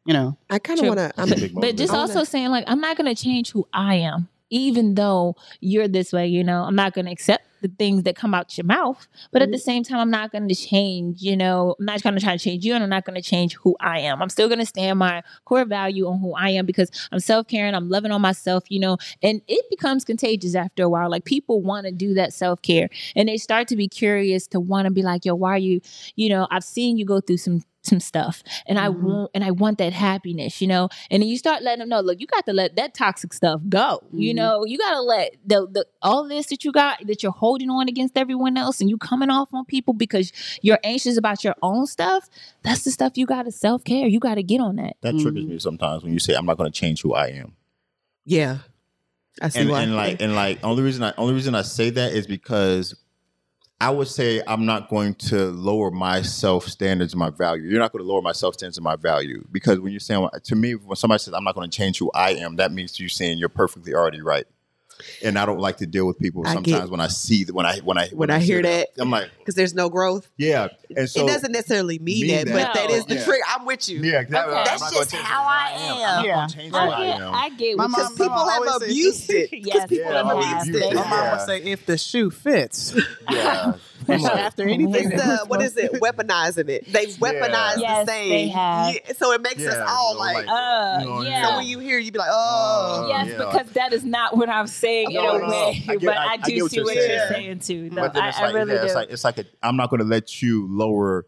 Speaker 2: you know,
Speaker 3: I kind of
Speaker 4: True.
Speaker 3: want to. I'm
Speaker 1: That's a big
Speaker 4: but just
Speaker 1: motivator.
Speaker 3: I wanna-
Speaker 4: also saying like i'm not going to change who i am even though you're this way you know i'm not going to accept the things that come out your mouth but at the same time i'm not going to change you know i'm not going to try to change you and i'm not going to change who i am i'm still going to stand my core value on who i am because i'm self-caring i'm loving on myself you know and it becomes contagious after a while like people want to do that self-care and they start to be curious to want to be like yo why are you you know i've seen you go through some some stuff and i
Speaker 2: Mhm.
Speaker 4: want and i want that happiness you know and then you start letting them know look you got to let that toxic stuff go you
Speaker 2: Mhm.
Speaker 4: know you got to let the, the all this that you got that you're holding on against everyone else and you coming off on people because you're anxious about your own stuff that's the stuff you got to self-care you got to get on that
Speaker 1: that triggers
Speaker 3: Mm-hmm.
Speaker 1: me sometimes when you say I'm not going to change who I am.
Speaker 3: Yeah. I see
Speaker 1: and,
Speaker 3: why.
Speaker 1: and like and like only reason I only reason I say that is because I would say I'm not going to lower my self standards, my value. You're not going to lower my self standards and my value because when you're saying to me, when somebody says I'm not going to change who I am, that means you're saying you're perfectly already right. And I don't like to deal with people
Speaker 3: I get-
Speaker 1: sometimes when I see when I when I
Speaker 3: When I hear that.
Speaker 1: I'm like
Speaker 3: because there's no growth.
Speaker 1: yeah, and so
Speaker 3: it doesn't necessarily mean,
Speaker 1: mean
Speaker 3: that,
Speaker 1: that.
Speaker 3: but that
Speaker 4: No.
Speaker 3: is the
Speaker 1: Yeah.
Speaker 3: trigger. I'm with you.
Speaker 1: yeah, exactly.
Speaker 4: Okay.
Speaker 1: I'm
Speaker 4: That's
Speaker 1: not gonna
Speaker 3: just
Speaker 1: change
Speaker 4: how
Speaker 1: who
Speaker 4: I am.
Speaker 1: I'm
Speaker 2: Yeah.
Speaker 1: not going to change who
Speaker 4: i
Speaker 1: I
Speaker 4: get
Speaker 1: am.
Speaker 4: i get
Speaker 2: My
Speaker 4: what
Speaker 2: mom-
Speaker 3: Because
Speaker 4: you're
Speaker 2: my
Speaker 3: people
Speaker 2: mom
Speaker 4: saying.
Speaker 3: have
Speaker 2: always
Speaker 1: <laughs>
Speaker 2: says-
Speaker 3: abused it.
Speaker 4: yes
Speaker 3: people
Speaker 1: Yeah,
Speaker 4: have
Speaker 1: always
Speaker 4: asked
Speaker 1: abused
Speaker 4: it.
Speaker 1: it.
Speaker 2: My mom
Speaker 1: Yeah.
Speaker 2: would say, "If the shoe fits."
Speaker 4: <laughs>
Speaker 1: Yeah. I'm
Speaker 2: So
Speaker 1: like,
Speaker 2: after anything, <laughs>
Speaker 3: It's
Speaker 2: that-
Speaker 3: the what is it? Weaponizing it. They've weaponized
Speaker 4: Yes,
Speaker 3: the
Speaker 4: they
Speaker 3: saying.
Speaker 4: have.
Speaker 3: Yeah, so it makes
Speaker 1: yeah,
Speaker 3: us all
Speaker 1: so
Speaker 3: like.
Speaker 4: uh,
Speaker 1: you know,
Speaker 4: yeah. Uh,
Speaker 3: So when you hear, you be like, oh,
Speaker 1: Oh,
Speaker 4: yes,
Speaker 1: yeah.
Speaker 4: because that is not what I'm saying in
Speaker 1: No,
Speaker 4: a
Speaker 1: no, no.
Speaker 4: way.
Speaker 1: I get-
Speaker 4: but
Speaker 1: I-
Speaker 4: I,
Speaker 1: I
Speaker 4: do
Speaker 1: get what
Speaker 4: see
Speaker 1: you're
Speaker 4: what you're
Speaker 3: saying.
Speaker 4: saying too. Though.
Speaker 1: But then
Speaker 4: I,
Speaker 1: it's
Speaker 4: I
Speaker 1: like,
Speaker 4: really
Speaker 1: yeah,
Speaker 4: do.
Speaker 1: it's like it's like a, I'm not going to let you lower,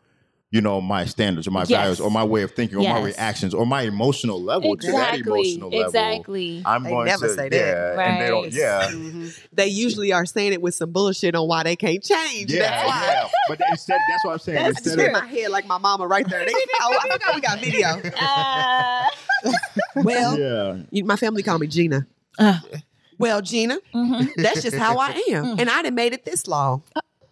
Speaker 1: you know, my standards or my
Speaker 4: Yes.
Speaker 1: values or my way of thinking or my
Speaker 4: Yes.
Speaker 1: reactions or my emotional level to that
Speaker 4: exactly.
Speaker 1: emotional level.
Speaker 4: Exactly.
Speaker 1: <laughs> I'm
Speaker 3: They
Speaker 1: going
Speaker 3: never
Speaker 1: to
Speaker 3: say that.
Speaker 1: yeah, and they
Speaker 4: Right.
Speaker 1: don't yeah.
Speaker 2: Mhm.
Speaker 3: they usually are saying it with some bullshit on why they can't change.
Speaker 1: Yeah,
Speaker 3: <laughs> That's why.
Speaker 1: yeah. But they- instead, that's what I'm saying.
Speaker 3: That's just
Speaker 1: instead
Speaker 3: in
Speaker 1: of,
Speaker 3: my head like my mama right there. They- oh, I forgot we got video.
Speaker 4: Uh,
Speaker 3: <laughs> Well,
Speaker 1: yeah,
Speaker 3: you, my family called me Gina.
Speaker 4: Uh.
Speaker 3: Well, Gina,
Speaker 4: mhm.
Speaker 3: that's just how I am,
Speaker 4: Mm.
Speaker 3: and I done made it this long.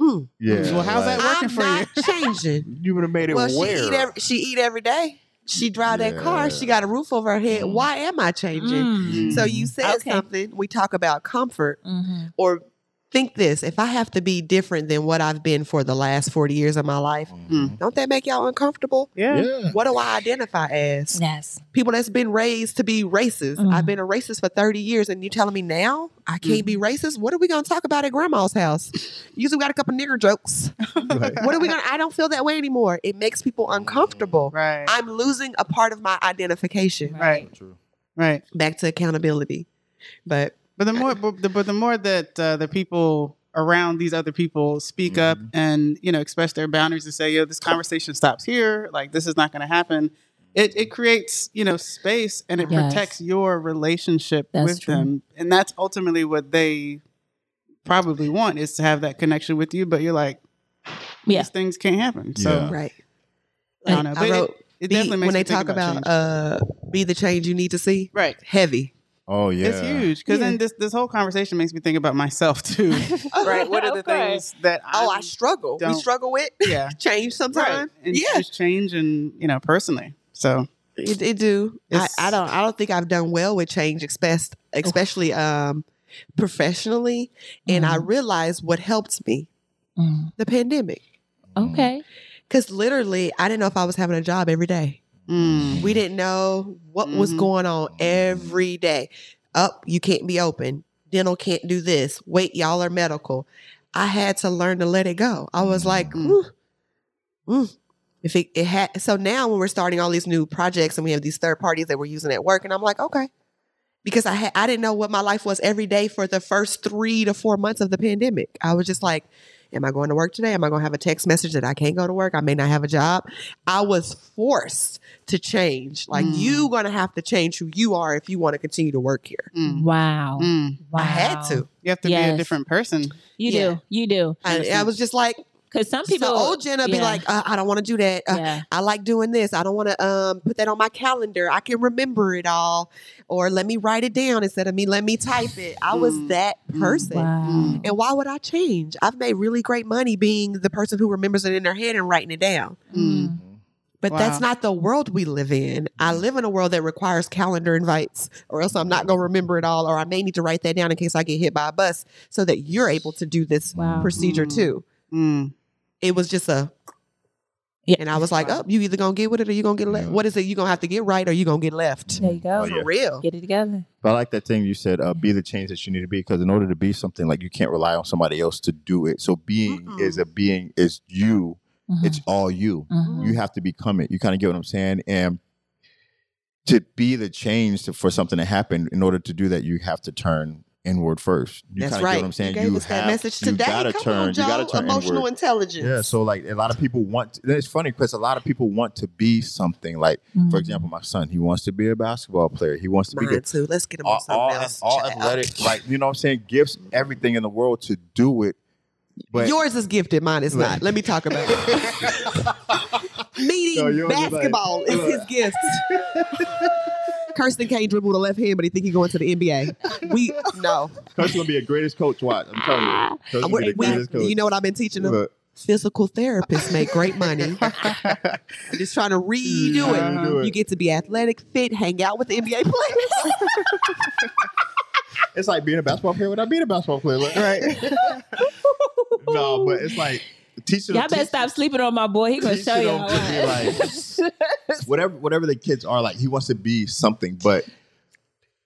Speaker 3: Mm.
Speaker 1: yeah.
Speaker 2: Well, how's that working
Speaker 3: I'm
Speaker 2: for
Speaker 3: not
Speaker 1: <laughs>
Speaker 3: changing.
Speaker 1: You would have made it
Speaker 3: well,
Speaker 1: where?
Speaker 3: she eat every, she eat every day. She drive that car.
Speaker 1: Yeah.
Speaker 3: She got a roof over her head.
Speaker 1: Mm.
Speaker 3: Why am I changing?
Speaker 4: Mm.
Speaker 3: So you said
Speaker 4: Okay.
Speaker 3: something. We talk about comfort
Speaker 4: Mhm.
Speaker 3: or think this. If I have to be different than what I've been for the last forty years of my life, <laughs>
Speaker 1: Mhm.
Speaker 3: don't that make y'all uncomfortable?
Speaker 2: Yeah.
Speaker 1: Yeah.
Speaker 3: What do I identify as?
Speaker 4: Yes.
Speaker 3: People that's been raised to be racist.
Speaker 4: Mm.
Speaker 2: Mm-hmm.
Speaker 3: I've been a racist for 30 years, and you telling me now I can't be racist? What are we going to talk about at grandma's house? Usually, we got a couple nigger jokes.
Speaker 1: Right.
Speaker 3: what are we going to? I don't feel that way anymore. It makes people uncomfortable.
Speaker 2: Right.
Speaker 3: I'm losing a part of my identification.
Speaker 2: Right.
Speaker 1: True.
Speaker 2: right.
Speaker 3: Back to accountability. But
Speaker 2: But the more, but the, but the more that uh, the people around these other people speak up
Speaker 1: Mhm.
Speaker 2: and you know express their boundaries and say, "Yo, this conversation stops here. Like this is not going to happen." It it creates you know space and it
Speaker 4: Yes.
Speaker 2: protects your relationship
Speaker 4: That's
Speaker 2: with
Speaker 4: true.
Speaker 2: them, and that's ultimately what they probably want is to have that connection with you. But you're like,
Speaker 4: Yeah.
Speaker 2: these things can't happen. So
Speaker 1: Yeah.
Speaker 3: right,
Speaker 2: I don't know.
Speaker 3: Like,
Speaker 2: But
Speaker 3: I wrote
Speaker 2: it, it
Speaker 3: be-
Speaker 2: definitely makes
Speaker 3: when
Speaker 2: you
Speaker 3: they
Speaker 2: think
Speaker 3: talk about,
Speaker 2: change.
Speaker 3: uh, be the change you need to see.
Speaker 2: right.
Speaker 3: Heavy,
Speaker 1: Oh yeah.
Speaker 2: It's huge because
Speaker 3: Yeah.
Speaker 2: then this this whole conversation makes me think about myself
Speaker 4: <laughs>
Speaker 2: too. right? What are the
Speaker 4: Of course.
Speaker 2: things that
Speaker 3: oh,
Speaker 2: I'm- <laughs>
Speaker 3: I struggle. We
Speaker 2: don't-
Speaker 3: struggle with
Speaker 2: yeah,
Speaker 3: change sometimes.
Speaker 2: And
Speaker 3: Yeah,
Speaker 2: just change and you know personally. So
Speaker 3: it, it do. I,
Speaker 2: It's-
Speaker 3: I don't. I don't think I've done well with change, especially especially um, professionally, and I
Speaker 4: Mhm.
Speaker 3: realized what helped me
Speaker 1: Mm-hmm.
Speaker 4: Mm.
Speaker 3: the pandemic.
Speaker 4: Okay.
Speaker 3: Because literally, I didn't know if I was having a job every day.
Speaker 2: Mm.
Speaker 3: We didn't know what was
Speaker 2: Mhm.
Speaker 3: going on every day. Up, you can't be open. Dental can't do this. Wait, y'all are medical. I had to learn to let it go. I was like,
Speaker 2: Mhm.
Speaker 3: "Whew. Mm." if it, it had. So now when we're starting all these new projects and we have these third parties that we're using at work, and I'm like, okay, because I had I didn't know what my life was every day for the first three to four months of the pandemic. I was just like, am I going to work today? Am I going to have a text message that I can't go to work? I may not have a job. I was forced to change. Like
Speaker 2: Mm.
Speaker 3: you going to have to change who you are if you want to continue to work here.
Speaker 2: Mm.
Speaker 4: Wow.
Speaker 2: Mm.
Speaker 3: Mm-hmm.
Speaker 4: Wow.
Speaker 3: I had to.
Speaker 2: You have to be
Speaker 4: Yes.
Speaker 2: a different person.
Speaker 4: You
Speaker 3: Yeah.
Speaker 4: do. You do.
Speaker 3: And I was just like,
Speaker 4: Because some
Speaker 3: people,
Speaker 4: people.
Speaker 3: so old Jenna be
Speaker 4: yeah.
Speaker 3: like, uh, I don't want to do that. <laughs> Uh,
Speaker 4: yeah.
Speaker 3: I like doing this. I don't want to um, put that on my calendar. I can remember it all, or let me write it down instead of me let me type it. I was
Speaker 2: Mm.
Speaker 3: that
Speaker 2: Mm.
Speaker 3: person.
Speaker 4: Wow.
Speaker 3: And why would I change? I've made really great money being the person who remembers it in their head and writing it down.
Speaker 4: Mm-hmm.
Speaker 2: Mm.
Speaker 1: Mm-hmm.
Speaker 3: But
Speaker 2: Wow.
Speaker 3: that's not the world we live in. I live in a world that requires calendar invites, or else I'm not going to remember it all, or I may need to write that down in case I get hit by a bus so that you're able to do this
Speaker 4: Wow.
Speaker 3: procedure
Speaker 2: Mm.
Speaker 3: too.
Speaker 2: Mm.
Speaker 3: It was just a.
Speaker 4: Yeah.
Speaker 3: And I was like,
Speaker 2: Wow.
Speaker 3: oh, you either going to get with it or you're going to get left.
Speaker 1: Yeah.
Speaker 3: What is it? You're going to have to get right or you're going to get left.
Speaker 4: There you go.
Speaker 1: Oh, yeah.
Speaker 3: For real.
Speaker 4: Get it together.
Speaker 1: But I like that thing you said, uh, be the change that you need to be, because in order to be something, like you can't rely on somebody else to do it. So being
Speaker 3: Mm-mm.
Speaker 1: is a being is you.
Speaker 4: Mhm.
Speaker 1: It's all you.
Speaker 4: Mhm.
Speaker 1: You have to become it. You kind of get what I'm saying? And to be the change to, for something to happen, in order to do that, you have to turn inward first. You
Speaker 3: That's
Speaker 1: kinda
Speaker 3: right.
Speaker 1: Get what I'm saying?
Speaker 3: You gave us that message today.
Speaker 1: You gotta
Speaker 3: Come
Speaker 1: turn.
Speaker 3: on,
Speaker 1: you gotta
Speaker 3: Joe.
Speaker 1: turn
Speaker 3: Emotional
Speaker 1: inward.
Speaker 3: intelligence.
Speaker 1: Yeah. So like a lot of people want. it's funny because a lot of people want to be something. Like
Speaker 3: Mm-hmm.
Speaker 1: for example, my son, he wants to be a basketball player. He wants to be
Speaker 3: Mine
Speaker 1: good
Speaker 3: too. Let's get him on
Speaker 1: all,
Speaker 3: something
Speaker 1: all,
Speaker 3: else.
Speaker 1: all
Speaker 3: child.
Speaker 1: athletic, like you know what I'm saying, gifts everything in the world to do it. But
Speaker 3: Yours is gifted, mine is not. Let me talk about it.
Speaker 1: <laughs> No, yours
Speaker 3: Meeting
Speaker 1: is like-
Speaker 3: basketball is his gift. Kirsten Kane dribble with a left hand, but he think he going to the NBA.
Speaker 1: <laughs>
Speaker 3: We no,
Speaker 1: Kurt's gonna be the greatest coach. Watch, I'm telling
Speaker 3: <laughs>
Speaker 1: you, Kurt's gonna be
Speaker 3: We-
Speaker 1: the greatest coach.
Speaker 3: you know what I've been teaching him?
Speaker 1: Look.
Speaker 3: Physical therapists make great
Speaker 1: <laughs>
Speaker 3: money. I'm just trying to redo it.
Speaker 1: Redo it.
Speaker 3: You get to be athletic, fit, hang out with the
Speaker 4: <laughs>
Speaker 3: NBA players.
Speaker 1: it's like being a basketball player without being a basketball player, like,
Speaker 3: <laughs>
Speaker 1: right? no, but it's like teaching.
Speaker 4: Mm-hmm. Y'all
Speaker 1: teach-
Speaker 4: better stop sleeping on my boy.
Speaker 3: <laughs>
Speaker 4: He gonna
Speaker 1: teaching
Speaker 4: show you.
Speaker 1: them
Speaker 4: all
Speaker 1: to be like
Speaker 4: <laughs>
Speaker 1: <laughs> whatever whatever the kids are like. He wants to be something, but.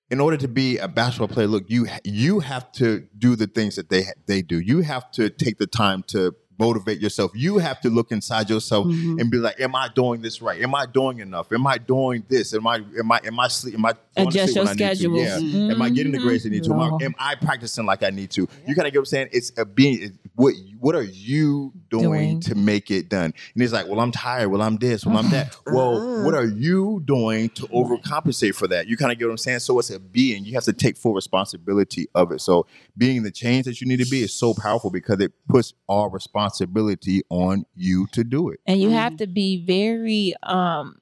Speaker 1: In order to be a basketball player, look you you have to do the things that they they do. You have to take the time to motivate yourself. You have to look inside yourself
Speaker 4: Mm-hmm.
Speaker 1: and be like, "Am I doing this right? Am I doing enough? Am I doing this? Am I am I am I sleep? Am I going to
Speaker 4: Adjust
Speaker 1: sleep
Speaker 4: your Mm-hmm.
Speaker 1: when I need to?
Speaker 4: schedules.
Speaker 1: Yeah. Am I getting the grades I need to? Am I,
Speaker 4: Lord.
Speaker 1: am I practicing like I need to? You kind of get what I'm saying. It's a being. It's what what are you doing,
Speaker 4: Doing.
Speaker 1: to make it done? And it's like, well, I'm tired. Well, I'm this. Well, I'm that. Well,
Speaker 3: Uh-huh.
Speaker 1: what are you doing to overcompensate for that? You kind of get what I'm saying. So it's a being. You have to take full responsibility of it. So being the change that you need to be is so powerful because it puts all responsibility on you to do it.
Speaker 4: <laughs> and you
Speaker 3: Mm-hmm.
Speaker 4: have to be very um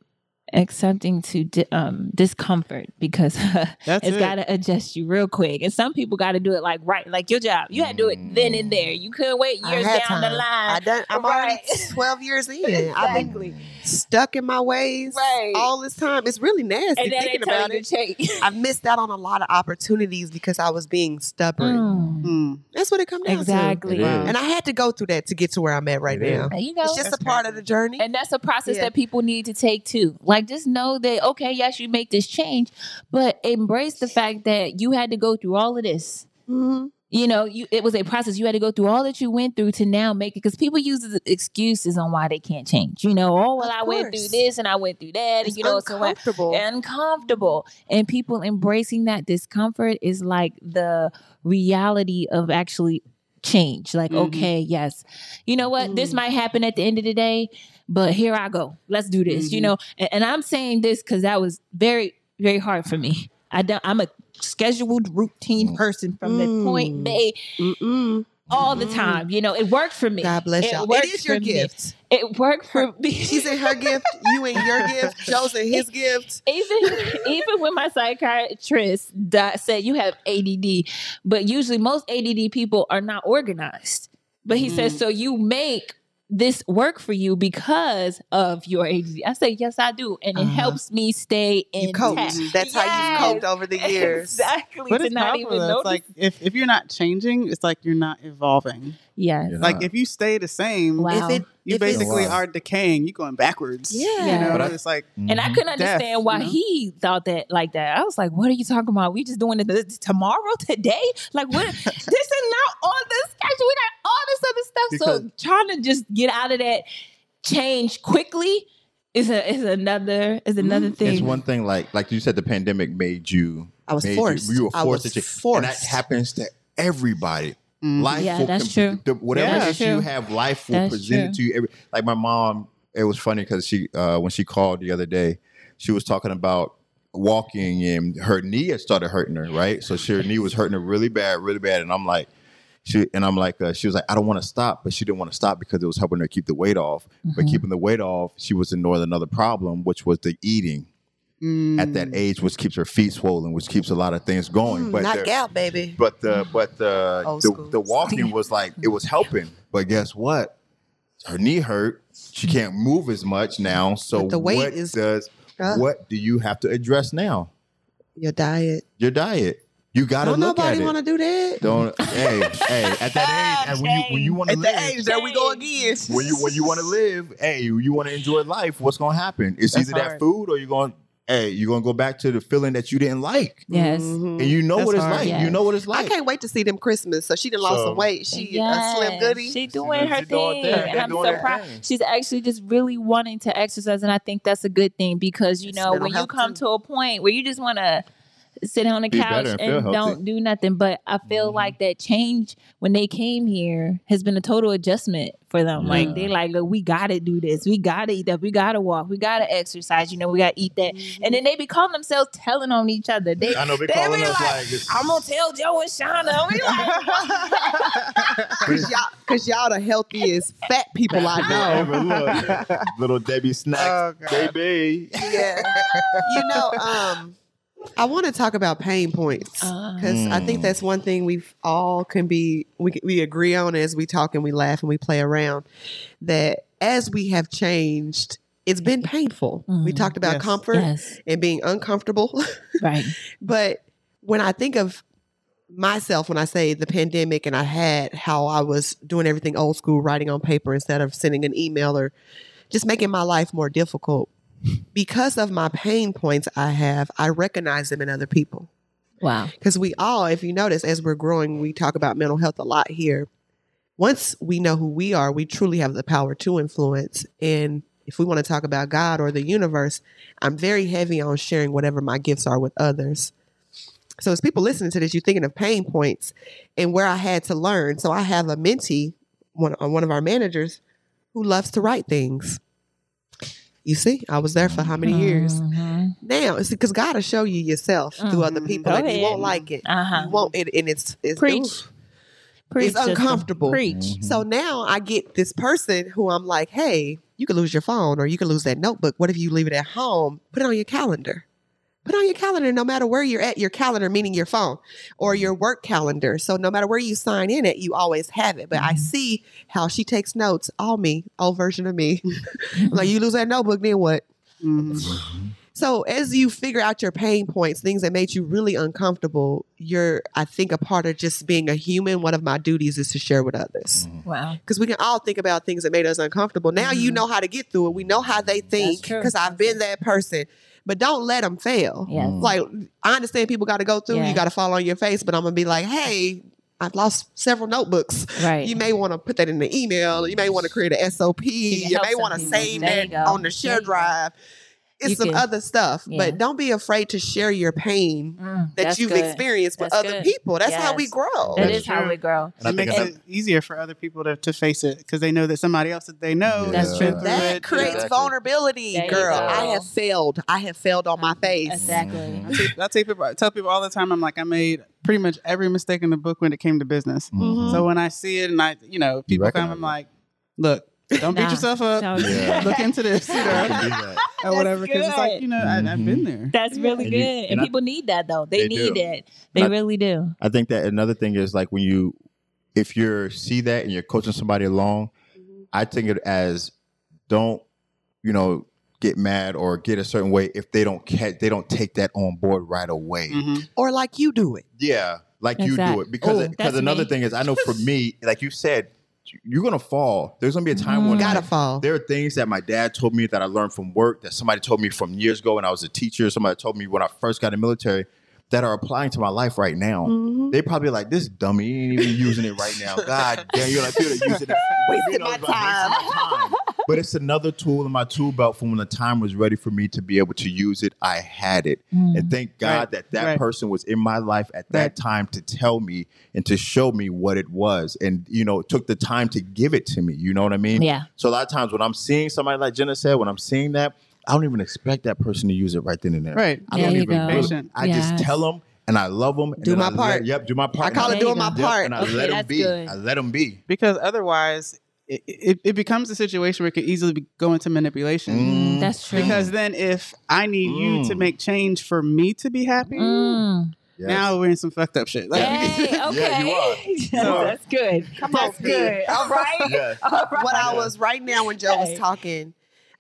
Speaker 4: accepting to di- um discomfort because
Speaker 2: <laughs>
Speaker 4: <laughs>
Speaker 2: That's
Speaker 4: it's
Speaker 2: it.
Speaker 4: got to adjust you real quick and some people got to do it like right like your job you had to do it then and there you couldn't wait
Speaker 3: I
Speaker 4: years down
Speaker 3: had
Speaker 4: the
Speaker 3: time.
Speaker 4: line
Speaker 3: I done, I'm already
Speaker 4: Right.
Speaker 3: 12 years in. I've been
Speaker 4: Exactly.
Speaker 3: stuck in my ways
Speaker 4: Right.
Speaker 3: all this time. It's really nasty
Speaker 4: and then they
Speaker 3: thinking
Speaker 4: tell
Speaker 3: about
Speaker 4: you
Speaker 3: it.
Speaker 4: to change
Speaker 3: I missed out on a lot of opportunities because I was being stubborn.
Speaker 4: Mm.
Speaker 2: Mm.
Speaker 3: That's what it comes down
Speaker 4: exactly
Speaker 1: It
Speaker 3: to.
Speaker 1: is.
Speaker 3: And I had to go through that to get to where I'm at right
Speaker 1: It is.
Speaker 3: now.
Speaker 4: And you know
Speaker 3: It's just a
Speaker 2: That's
Speaker 3: part
Speaker 2: crazy.
Speaker 3: of the journey.
Speaker 4: And that's a process
Speaker 3: Yeah.
Speaker 4: that people need to take too. Like, just know that, okay, yes, you make this change, but embrace the fact that you had to go through all of this.
Speaker 3: Mhm.
Speaker 4: You know, you it was a process. You had to go through all that you went through to now make it because people use the excuses on why they can't change. You know, oh well,
Speaker 3: Of
Speaker 4: I went through
Speaker 3: course.
Speaker 4: this and I went through that,
Speaker 3: It's
Speaker 4: and you know, so what-
Speaker 3: uncomfortable.
Speaker 4: uncomfortable. And people embracing that discomfort is like the reality of actually change. Like,
Speaker 2: Mhm.
Speaker 4: okay, yes, you know what? This
Speaker 3: Mm-hmm. Mm.
Speaker 4: might happen at the end of the day, but here I go. Let's do this. You
Speaker 3: Mm-hmm.
Speaker 2: Mhm.
Speaker 4: know, and, and I'm saying this because that was very, very hard for me. I don't, I'm a scheduled routine person from the point
Speaker 3: Mm.
Speaker 4: they
Speaker 3: Mm-mm.
Speaker 4: all the
Speaker 3: Mm.
Speaker 4: time. You know, it worked for me.
Speaker 3: God bless
Speaker 4: It
Speaker 3: y'all. It
Speaker 4: worked
Speaker 3: is your
Speaker 4: for me.
Speaker 3: gift.
Speaker 4: It worked
Speaker 3: <laughs>
Speaker 4: for me.
Speaker 3: She's in her gift, you in your
Speaker 4: <laughs>
Speaker 3: gift, Joe's in his gift.
Speaker 4: even even when my psychiatrist di- said you have ADD, but usually most ADD people are not organized. But he says so you make this work for you because of your agency? I say, yes, I do. And it
Speaker 2: Uh-huh.
Speaker 4: helps me stay
Speaker 3: You
Speaker 4: intact.
Speaker 3: coach.
Speaker 4: <laughs>
Speaker 3: That's how you've
Speaker 4: Yes.
Speaker 3: coped over the years.
Speaker 4: Exactly.
Speaker 2: But
Speaker 4: to
Speaker 2: it's
Speaker 4: not
Speaker 2: powerful.
Speaker 4: even
Speaker 2: though.
Speaker 4: notice.
Speaker 2: It's like if, if you're not changing, it's like you're not evolving.
Speaker 4: yes.
Speaker 1: You know?
Speaker 2: Like if you stay the same,
Speaker 4: Wow.
Speaker 3: If it
Speaker 2: you
Speaker 3: if it-
Speaker 2: basically
Speaker 1: Wow.
Speaker 2: are decaying. You're going backwards.
Speaker 4: Yeah.
Speaker 2: You know,
Speaker 1: But I-
Speaker 2: it's like
Speaker 4: And I
Speaker 3: Mm-hmm.
Speaker 1: Mhm.
Speaker 4: couldn't
Speaker 2: Death,
Speaker 4: understand why
Speaker 2: you know?
Speaker 4: he thought that like that. I was like, what are you talking about? We just doing it th- tomorrow, <laughs> today?
Speaker 1: <laughs>
Speaker 4: Like what <laughs> this is not on the schedule. We got all this other stuff. so trying to just get out of that change quickly is a is another is another thing.
Speaker 1: Mm-hmm. It's one thing like like you said the pandemic made you
Speaker 3: I was
Speaker 1: made
Speaker 3: forced.
Speaker 1: You, you were
Speaker 3: I
Speaker 1: forced
Speaker 3: was
Speaker 1: to change.
Speaker 3: forced.
Speaker 1: And that happens to everybody.
Speaker 2: mm,
Speaker 1: Life
Speaker 4: Yeah,
Speaker 1: will
Speaker 4: that's true.
Speaker 1: the- whatever
Speaker 2: Yeah.
Speaker 4: That's
Speaker 1: issue you
Speaker 4: true.
Speaker 1: have, life will
Speaker 4: That's
Speaker 1: present it to you. Every, like my mom, it was funny because she uh, when she called the other day, she was talking about walking and her knee had started hurting her, right? So she, her knee was hurting her really bad, really bad. And I'm like, she and I'm like, uh, she was like, I don't want to stop, but she didn't want to stop because it was helping her keep the weight off. But
Speaker 4: Mhm.
Speaker 1: keeping the weight off, she was ignoring another problem, which was the eating
Speaker 2: mm,
Speaker 1: at that age, which keeps her feet swollen, which keeps a lot of things going.
Speaker 3: Mm,
Speaker 1: but
Speaker 3: not
Speaker 1: there-
Speaker 3: gal, baby.
Speaker 1: but the but the
Speaker 3: Mm. Old
Speaker 1: the,
Speaker 3: school.
Speaker 1: the walking was like it was helping. But guess what? Her knee hurt. She can't move as much now. So
Speaker 3: But the weight
Speaker 1: what
Speaker 3: is
Speaker 1: does
Speaker 3: up.
Speaker 1: what do you have to address now?
Speaker 3: Your diet.
Speaker 1: Your diet. You got to
Speaker 3: Don't
Speaker 1: look at
Speaker 3: nobody
Speaker 1: it.
Speaker 3: want to do that.
Speaker 1: Don't hey hey at
Speaker 3: <laughs>
Speaker 1: that age and when you when you want to live
Speaker 4: there we go again.
Speaker 1: when you when you want to live hey you want to enjoy life what's gonna happen? It's
Speaker 2: That's
Speaker 1: either that
Speaker 2: hard.
Speaker 1: food or you're going to hey you're gonna go back to the feeling that you didn't like
Speaker 4: Yes.
Speaker 3: Mhm.
Speaker 1: and you know
Speaker 2: That's
Speaker 1: what it's
Speaker 2: hard.
Speaker 1: like
Speaker 4: Yes.
Speaker 1: you know what it's like
Speaker 3: I can't wait to see them Christmas. So she done lost
Speaker 1: So-
Speaker 3: some weight. She a slim
Speaker 4: Yes,
Speaker 3: goody.
Speaker 4: She doing her
Speaker 1: She doing
Speaker 4: thing.
Speaker 1: her thing.
Speaker 4: And I'm
Speaker 1: Doing
Speaker 4: so
Speaker 1: her
Speaker 4: proud.
Speaker 1: thing.
Speaker 4: She's actually just really wanting to exercise. And I think that's a good thing because, you
Speaker 3: It's
Speaker 4: know,
Speaker 3: mental
Speaker 4: when you
Speaker 3: health,
Speaker 4: come
Speaker 3: too.
Speaker 4: to a point where you just want to sit on the
Speaker 1: Be
Speaker 4: couch
Speaker 1: better and
Speaker 4: and,
Speaker 1: feel healthy.
Speaker 4: don't do nothing. But I feel
Speaker 1: Mhm.
Speaker 4: like that change when they came here has been a total adjustment for them.
Speaker 1: Yeah.
Speaker 4: Like, they like, look, we got to do this. We got to eat that. We got to walk. We got to exercise. You know, we got to eat that. And then they become themselves telling on each other. They,
Speaker 1: I know they
Speaker 4: they
Speaker 1: calling
Speaker 4: be
Speaker 1: us
Speaker 4: like,
Speaker 1: like it's-
Speaker 4: I'm going to tell Joe and Shauna. We <laughs> like,
Speaker 1: <laughs>
Speaker 3: Cause y'all, cause y'all the healthiest fat people I know.
Speaker 1: Look, little <laughs> Debbie snacks,
Speaker 2: Oh, God.
Speaker 1: baby.
Speaker 3: Yeah, you know. Um, I want to talk about pain points
Speaker 4: Uh.
Speaker 3: because I think
Speaker 1: Mm.
Speaker 3: that's one thing we've all can be we can- we agree on as we talk and we laugh and we play around. That as we have changed, it's been painful. We
Speaker 4: Mhm.
Speaker 3: talked about
Speaker 2: Yes.
Speaker 3: comfort
Speaker 4: yes,
Speaker 3: and being uncomfortable.
Speaker 4: right.
Speaker 3: But when I think of myself, when I say the pandemic and I had how I was doing everything old school, writing on paper instead of sending an email or just making my life more difficult, because of my pain points I have, I recognize them in other people.
Speaker 4: Wow.
Speaker 3: Because we all, if you notice, as we're growing, we talk about mental health a lot here. Once we know who we are, we truly have the power to influence. And if we want to talk about God or the universe, I'm very heavy on sharing whatever my gifts are with others. So as people listening to this, you're thinking of pain points and where I had to learn. So I have a mentee, one uh, one of our managers, who loves to write things. You see, I was there for how many years?
Speaker 4: Mhm.
Speaker 3: Now, it's because God will show you yourself through other
Speaker 4: Mhm.
Speaker 3: people,
Speaker 4: Go
Speaker 3: and you
Speaker 4: ahead.
Speaker 3: won't like it
Speaker 4: Uh-huh.
Speaker 3: you won't it and it's it's
Speaker 4: Preach.
Speaker 3: oof.
Speaker 4: Preach,
Speaker 3: it's
Speaker 4: sister.
Speaker 3: uncomfortable.
Speaker 4: Preach.
Speaker 1: Mm-hmm.
Speaker 3: So now I get this person who I'm like, hey, you could lose your phone or you could lose that notebook. What if you leave it at home? Put it on your calendar. Put it on your calendar no matter where you're at, your calendar, meaning your phone or your work calendar. So no matter where you sign in at, you always have it. But I
Speaker 4: Mhm.
Speaker 3: see how she takes notes, all me, old version of me. <laughs> like you lose that notebook, then what?
Speaker 2: mhm.
Speaker 4: Mm-hmm.
Speaker 3: So as you figure out your pain points, things that made you really uncomfortable, you're I think a part of just being a human, one of my duties is to share with
Speaker 4: Mm-hmm.
Speaker 3: others.
Speaker 4: Wow.
Speaker 3: Because we can all think about things that made us uncomfortable. Now you
Speaker 4: Mhm.
Speaker 3: know how to get through it. We know how they think
Speaker 4: true.
Speaker 3: because I've been that person. But don't let them fail.
Speaker 4: Yes.
Speaker 1: Mm.
Speaker 3: Like I understand people got to go through.
Speaker 4: Yeah.
Speaker 3: You got to fall on your face. But I'm gonna be like, hey, I've lost several notebooks.
Speaker 4: Right.
Speaker 3: You may want to put that in the email. You may want to create an SOP.
Speaker 4: can
Speaker 3: You
Speaker 4: help
Speaker 3: may
Speaker 4: some
Speaker 3: want to
Speaker 4: people.
Speaker 3: save
Speaker 4: There you
Speaker 3: that
Speaker 4: go.
Speaker 3: on the
Speaker 4: There
Speaker 3: share
Speaker 4: you go.
Speaker 3: drive. It's
Speaker 4: You
Speaker 3: some
Speaker 4: can-
Speaker 3: other stuff,
Speaker 4: Yeah.
Speaker 3: but don't be afraid to share your pain
Speaker 4: Mm,
Speaker 3: that
Speaker 4: that's
Speaker 3: you've
Speaker 4: good.
Speaker 3: experienced with
Speaker 4: That's
Speaker 3: other
Speaker 4: good.
Speaker 3: people. That's how we
Speaker 4: Yes.
Speaker 3: grow.
Speaker 4: That
Speaker 1: That's
Speaker 4: is how
Speaker 2: true.
Speaker 4: we grow.
Speaker 1: And I
Speaker 2: It
Speaker 1: think
Speaker 2: makes
Speaker 1: another-
Speaker 2: it easier for other people to, to face it because they know that somebody else that they know
Speaker 1: That's
Speaker 2: has
Speaker 1: true.
Speaker 2: been through
Speaker 3: That
Speaker 2: it.
Speaker 3: creates
Speaker 1: Exactly.
Speaker 3: vulnerability,
Speaker 4: There you
Speaker 3: girl.
Speaker 4: go.
Speaker 3: I have failed. I have failed on my face.
Speaker 4: Exactly.
Speaker 2: I tell- I tell people, I tell people all the time. I'm like, I made pretty much every mistake in the book when it came to business.
Speaker 4: Mm-hmm.
Speaker 3: Mhm.
Speaker 2: So when I see it, and I, you know, people come,
Speaker 1: recognize
Speaker 2: I'm
Speaker 1: it.
Speaker 2: like, look, don't
Speaker 4: Nah.
Speaker 2: beat yourself up.
Speaker 4: Don't-
Speaker 1: Yeah.
Speaker 2: <laughs> Look into this, you
Speaker 1: You
Speaker 2: know,
Speaker 1: can do that.
Speaker 2: or whatever. Because it's
Speaker 4: good.
Speaker 2: like, you know, I, I've
Speaker 1: Mhm.
Speaker 2: been there.
Speaker 4: That's really
Speaker 1: And
Speaker 4: good.
Speaker 1: you-
Speaker 4: and
Speaker 1: and I-
Speaker 4: people need that though. They,
Speaker 1: They do.
Speaker 4: need it. They
Speaker 1: I-
Speaker 4: really do.
Speaker 1: I
Speaker 4: Mm-hmm.
Speaker 1: think that another thing is like when you, if you are see that and you're coaching somebody along, I think it as don't, you know, get mad or get a certain way if they don't catch, they don't take that on board right away.
Speaker 2: Mhm.
Speaker 3: or like you do it.
Speaker 1: Yeah, like you do
Speaker 4: Exact-
Speaker 1: it because
Speaker 4: Oh,
Speaker 1: it- because
Speaker 4: that's
Speaker 1: another
Speaker 4: me.
Speaker 1: thing is I know for me, like you said, you're gonna fall. There's gonna be a time when
Speaker 4: Mm.
Speaker 3: Gotta
Speaker 1: like,
Speaker 3: fall.
Speaker 1: there are things that my dad told me that I learned from work that somebody told me from years ago when I was a teacher. Somebody told me when I first got in the military that are applying to my life right now.
Speaker 4: Mm-hmm.
Speaker 3: Mhm.
Speaker 1: They probably like this dummy he ain't even using it right now.
Speaker 4: <laughs>
Speaker 1: God damn, you're like you're using it.
Speaker 4: Wasting
Speaker 1: You know,
Speaker 4: my
Speaker 1: it's like, wasting my time. But it's another tool in my tool belt from when the time was ready for me to be able to use it. I had it.
Speaker 4: Mm-hmm.
Speaker 1: And thank God
Speaker 2: Right.
Speaker 1: that that
Speaker 2: Right.
Speaker 1: person was in my life at that
Speaker 2: Right.
Speaker 1: time to tell me and to show me what it was. And, you know, it took the time to give it to me. You know what I mean?
Speaker 4: Yeah.
Speaker 1: So a lot of times when I'm seeing somebody like Jenna said, when I'm seeing that, I don't even expect that person to use it right then and there.
Speaker 2: Right.
Speaker 1: I
Speaker 4: There
Speaker 1: don't
Speaker 4: you
Speaker 1: even.
Speaker 4: go.
Speaker 1: Really, I
Speaker 4: Yes.
Speaker 1: just tell them and I love them.
Speaker 3: Do my part.
Speaker 1: yep. Do my part.
Speaker 3: I
Speaker 1: and
Speaker 3: call
Speaker 4: There
Speaker 3: it
Speaker 4: you
Speaker 3: doing my
Speaker 4: go.
Speaker 1: yep,
Speaker 3: part.
Speaker 1: And I
Speaker 4: Okay,
Speaker 1: let them
Speaker 4: that's
Speaker 1: be.
Speaker 4: good.
Speaker 1: I let them be.
Speaker 2: Because otherwise, it, it, it becomes a situation where it could easily be, go into manipulation.
Speaker 1: Mm.
Speaker 4: That's true.
Speaker 2: Because then, if I need you to
Speaker 1: Mm.
Speaker 2: make change for me to be happy,
Speaker 4: <laughs> Mm.
Speaker 1: Yes.
Speaker 2: now we're in some fucked up shit. Like, <laughs>
Speaker 4: Hey,
Speaker 1: <laughs> Yeah,
Speaker 4: okay. <laughs>
Speaker 1: you are. You are.
Speaker 4: That's good.
Speaker 3: Come
Speaker 4: That's
Speaker 3: on,
Speaker 4: good. All right. <laughs>
Speaker 1: Yes.
Speaker 4: All right.
Speaker 3: what I was right now when Joe was
Speaker 4: Okay.
Speaker 3: talking,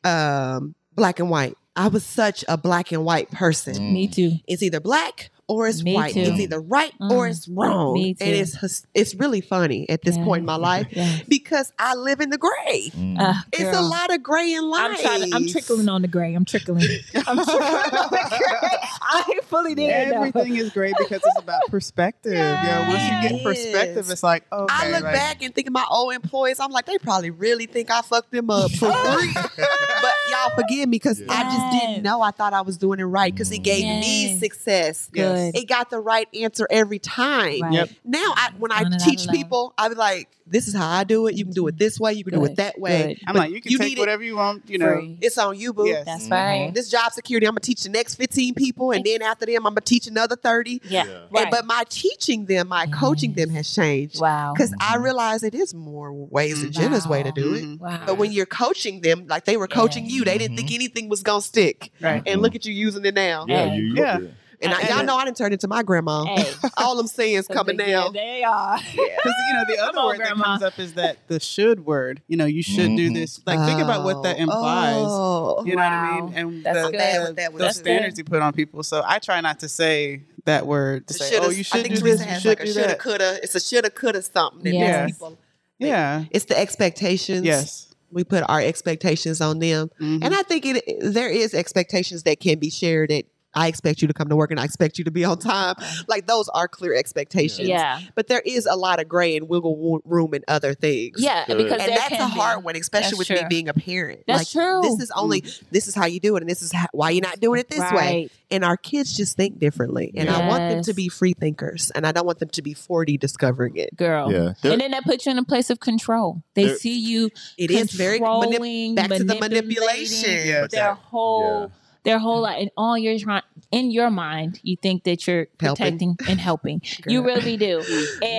Speaker 3: um, black and white. I was such a black and white person.
Speaker 1: Mm.
Speaker 4: Me too.
Speaker 3: It's either black or it's
Speaker 4: Me
Speaker 3: white.
Speaker 4: too.
Speaker 3: It's either right or
Speaker 4: Mm.
Speaker 3: it's wrong.
Speaker 4: Me too.
Speaker 3: And it's hys- it's really funny at this
Speaker 4: Yeah.
Speaker 3: point in my life
Speaker 4: Yeah.
Speaker 3: because I live in the gray.
Speaker 1: Mm.
Speaker 4: Uh,
Speaker 3: It's a
Speaker 4: girl.
Speaker 3: lot of gray in
Speaker 4: I'm
Speaker 3: life.
Speaker 4: trying to, I'm trickling on the gray. I'm <laughs> trickling. I'm trickling on the gray. I ain't fully there. though.
Speaker 2: Everything is great because it's about perspective.
Speaker 4: Yeah,
Speaker 2: yo, once you
Speaker 4: it
Speaker 2: get perspective,
Speaker 3: is.
Speaker 2: it's like, okay,
Speaker 3: I look
Speaker 2: like,
Speaker 3: back and think of my old employees. I'm like, they probably really think I fucked them up
Speaker 4: <laughs>
Speaker 3: for free. but y'all forgive me because I just
Speaker 4: Yes.
Speaker 3: didn't know. I thought I was doing it right because it gave me
Speaker 4: Yes.
Speaker 3: success.
Speaker 4: Good.
Speaker 3: It got the right answer every time.
Speaker 4: Right.
Speaker 2: Yep.
Speaker 3: Now, I, when I
Speaker 4: On another
Speaker 3: teach
Speaker 4: level.
Speaker 3: people, I be like, this is how I do it. You can do it this way. You can do it
Speaker 4: Good.
Speaker 3: that way.
Speaker 4: Good.
Speaker 2: I'm
Speaker 3: But
Speaker 2: like, you can
Speaker 3: you
Speaker 2: take
Speaker 3: need it
Speaker 2: whatever you want, you know.
Speaker 4: Free.
Speaker 3: It's on you, boo.
Speaker 2: Yes. Mm-hmm.
Speaker 4: That's
Speaker 1: Mhm.
Speaker 4: right.
Speaker 3: This job security, I'm going to teach the next 15 people. And then after them, I'm going to teach another 30.
Speaker 4: Yeah.
Speaker 3: And-
Speaker 4: Right. Mm-hmm.
Speaker 3: but my teaching them, my coaching them has changed.
Speaker 4: Wow. Mm-hmm.
Speaker 3: Because I realize it is more ways than Jenna's way to do it.
Speaker 2: Mhm.
Speaker 4: Wow. Mm-hmm.
Speaker 3: But when you're coaching them, like they were
Speaker 4: Yes.
Speaker 3: coaching you, they didn't
Speaker 1: Mhm.
Speaker 3: think
Speaker 4: Mm-hmm.
Speaker 3: anything was gonna stick.
Speaker 2: Right.
Speaker 3: And look at you using it now.
Speaker 1: Yeah, you,
Speaker 2: Yeah.
Speaker 1: you-
Speaker 3: And I,
Speaker 2: And-
Speaker 3: y'all know I didn't turn into my <laughs> grandma.
Speaker 4: Hey.
Speaker 3: All I'm saying is coming
Speaker 4: Yeah,
Speaker 3: down.
Speaker 4: They
Speaker 3: <laughs>
Speaker 4: are.
Speaker 2: Because you know the
Speaker 4: Come
Speaker 2: other
Speaker 4: on,
Speaker 2: word
Speaker 4: Grandma.
Speaker 2: that comes up is that the should word. You know, you should do
Speaker 1: Mhm.
Speaker 2: this. Like, think about what that
Speaker 3: Oh.
Speaker 2: implies.
Speaker 3: Oh.
Speaker 2: You know
Speaker 4: Wow.
Speaker 2: what I mean? And
Speaker 4: That's
Speaker 2: the,
Speaker 4: good.
Speaker 3: Bad with that one.
Speaker 2: the
Speaker 3: That's
Speaker 2: standards you put on people. So I try not to say that word. To
Speaker 3: The
Speaker 2: say,
Speaker 3: shoulda-
Speaker 2: oh, you
Speaker 3: I
Speaker 2: should
Speaker 3: think
Speaker 2: do
Speaker 3: Teresa
Speaker 2: this. You
Speaker 3: has
Speaker 2: should
Speaker 3: like a
Speaker 2: do
Speaker 3: shoulda,
Speaker 2: that.
Speaker 3: coulda. It's a shoulda, coulda something. that
Speaker 4: Yes.
Speaker 3: makes people-
Speaker 2: Yeah.
Speaker 3: It's the expectations.
Speaker 2: Yes.
Speaker 3: We put our expectations on them.
Speaker 2: Mhm.
Speaker 3: And I think it there is expectations that can be shared that I expect you to come to work and I expect you to be on time. Like those are clear expectations.
Speaker 4: Yeah.
Speaker 3: But there is a lot of gray and wiggle wo- room in other things.
Speaker 4: Yeah.
Speaker 1: Good.
Speaker 4: Because
Speaker 3: And
Speaker 4: there
Speaker 3: that's
Speaker 4: can
Speaker 3: a hard
Speaker 4: be.
Speaker 3: one, especially with
Speaker 4: That's
Speaker 3: me
Speaker 4: true.
Speaker 3: being a parent.
Speaker 4: That's
Speaker 3: like,
Speaker 4: true.
Speaker 3: This is only
Speaker 2: Mm-hmm.
Speaker 3: this is how you do it, and this is how, why you're not doing it this way.
Speaker 4: Right.
Speaker 3: And our kids just think differently, and I want them
Speaker 4: Yes.
Speaker 3: to be free thinkers, and I don't want them to be forty discovering it.
Speaker 4: Girl.
Speaker 1: yeah. There-
Speaker 4: and then that puts you in a place of control. They
Speaker 1: There-
Speaker 4: see you
Speaker 3: It is very manip-
Speaker 4: controlling,
Speaker 3: back to the
Speaker 4: manipulating
Speaker 3: manipulation.
Speaker 2: Yeah.
Speaker 1: But
Speaker 4: their
Speaker 1: that-
Speaker 4: whole their whole life. And all you're trying in your mind, you think that you're
Speaker 3: Helping.
Speaker 4: protecting and helping. You
Speaker 3: Girl.
Speaker 4: really do. And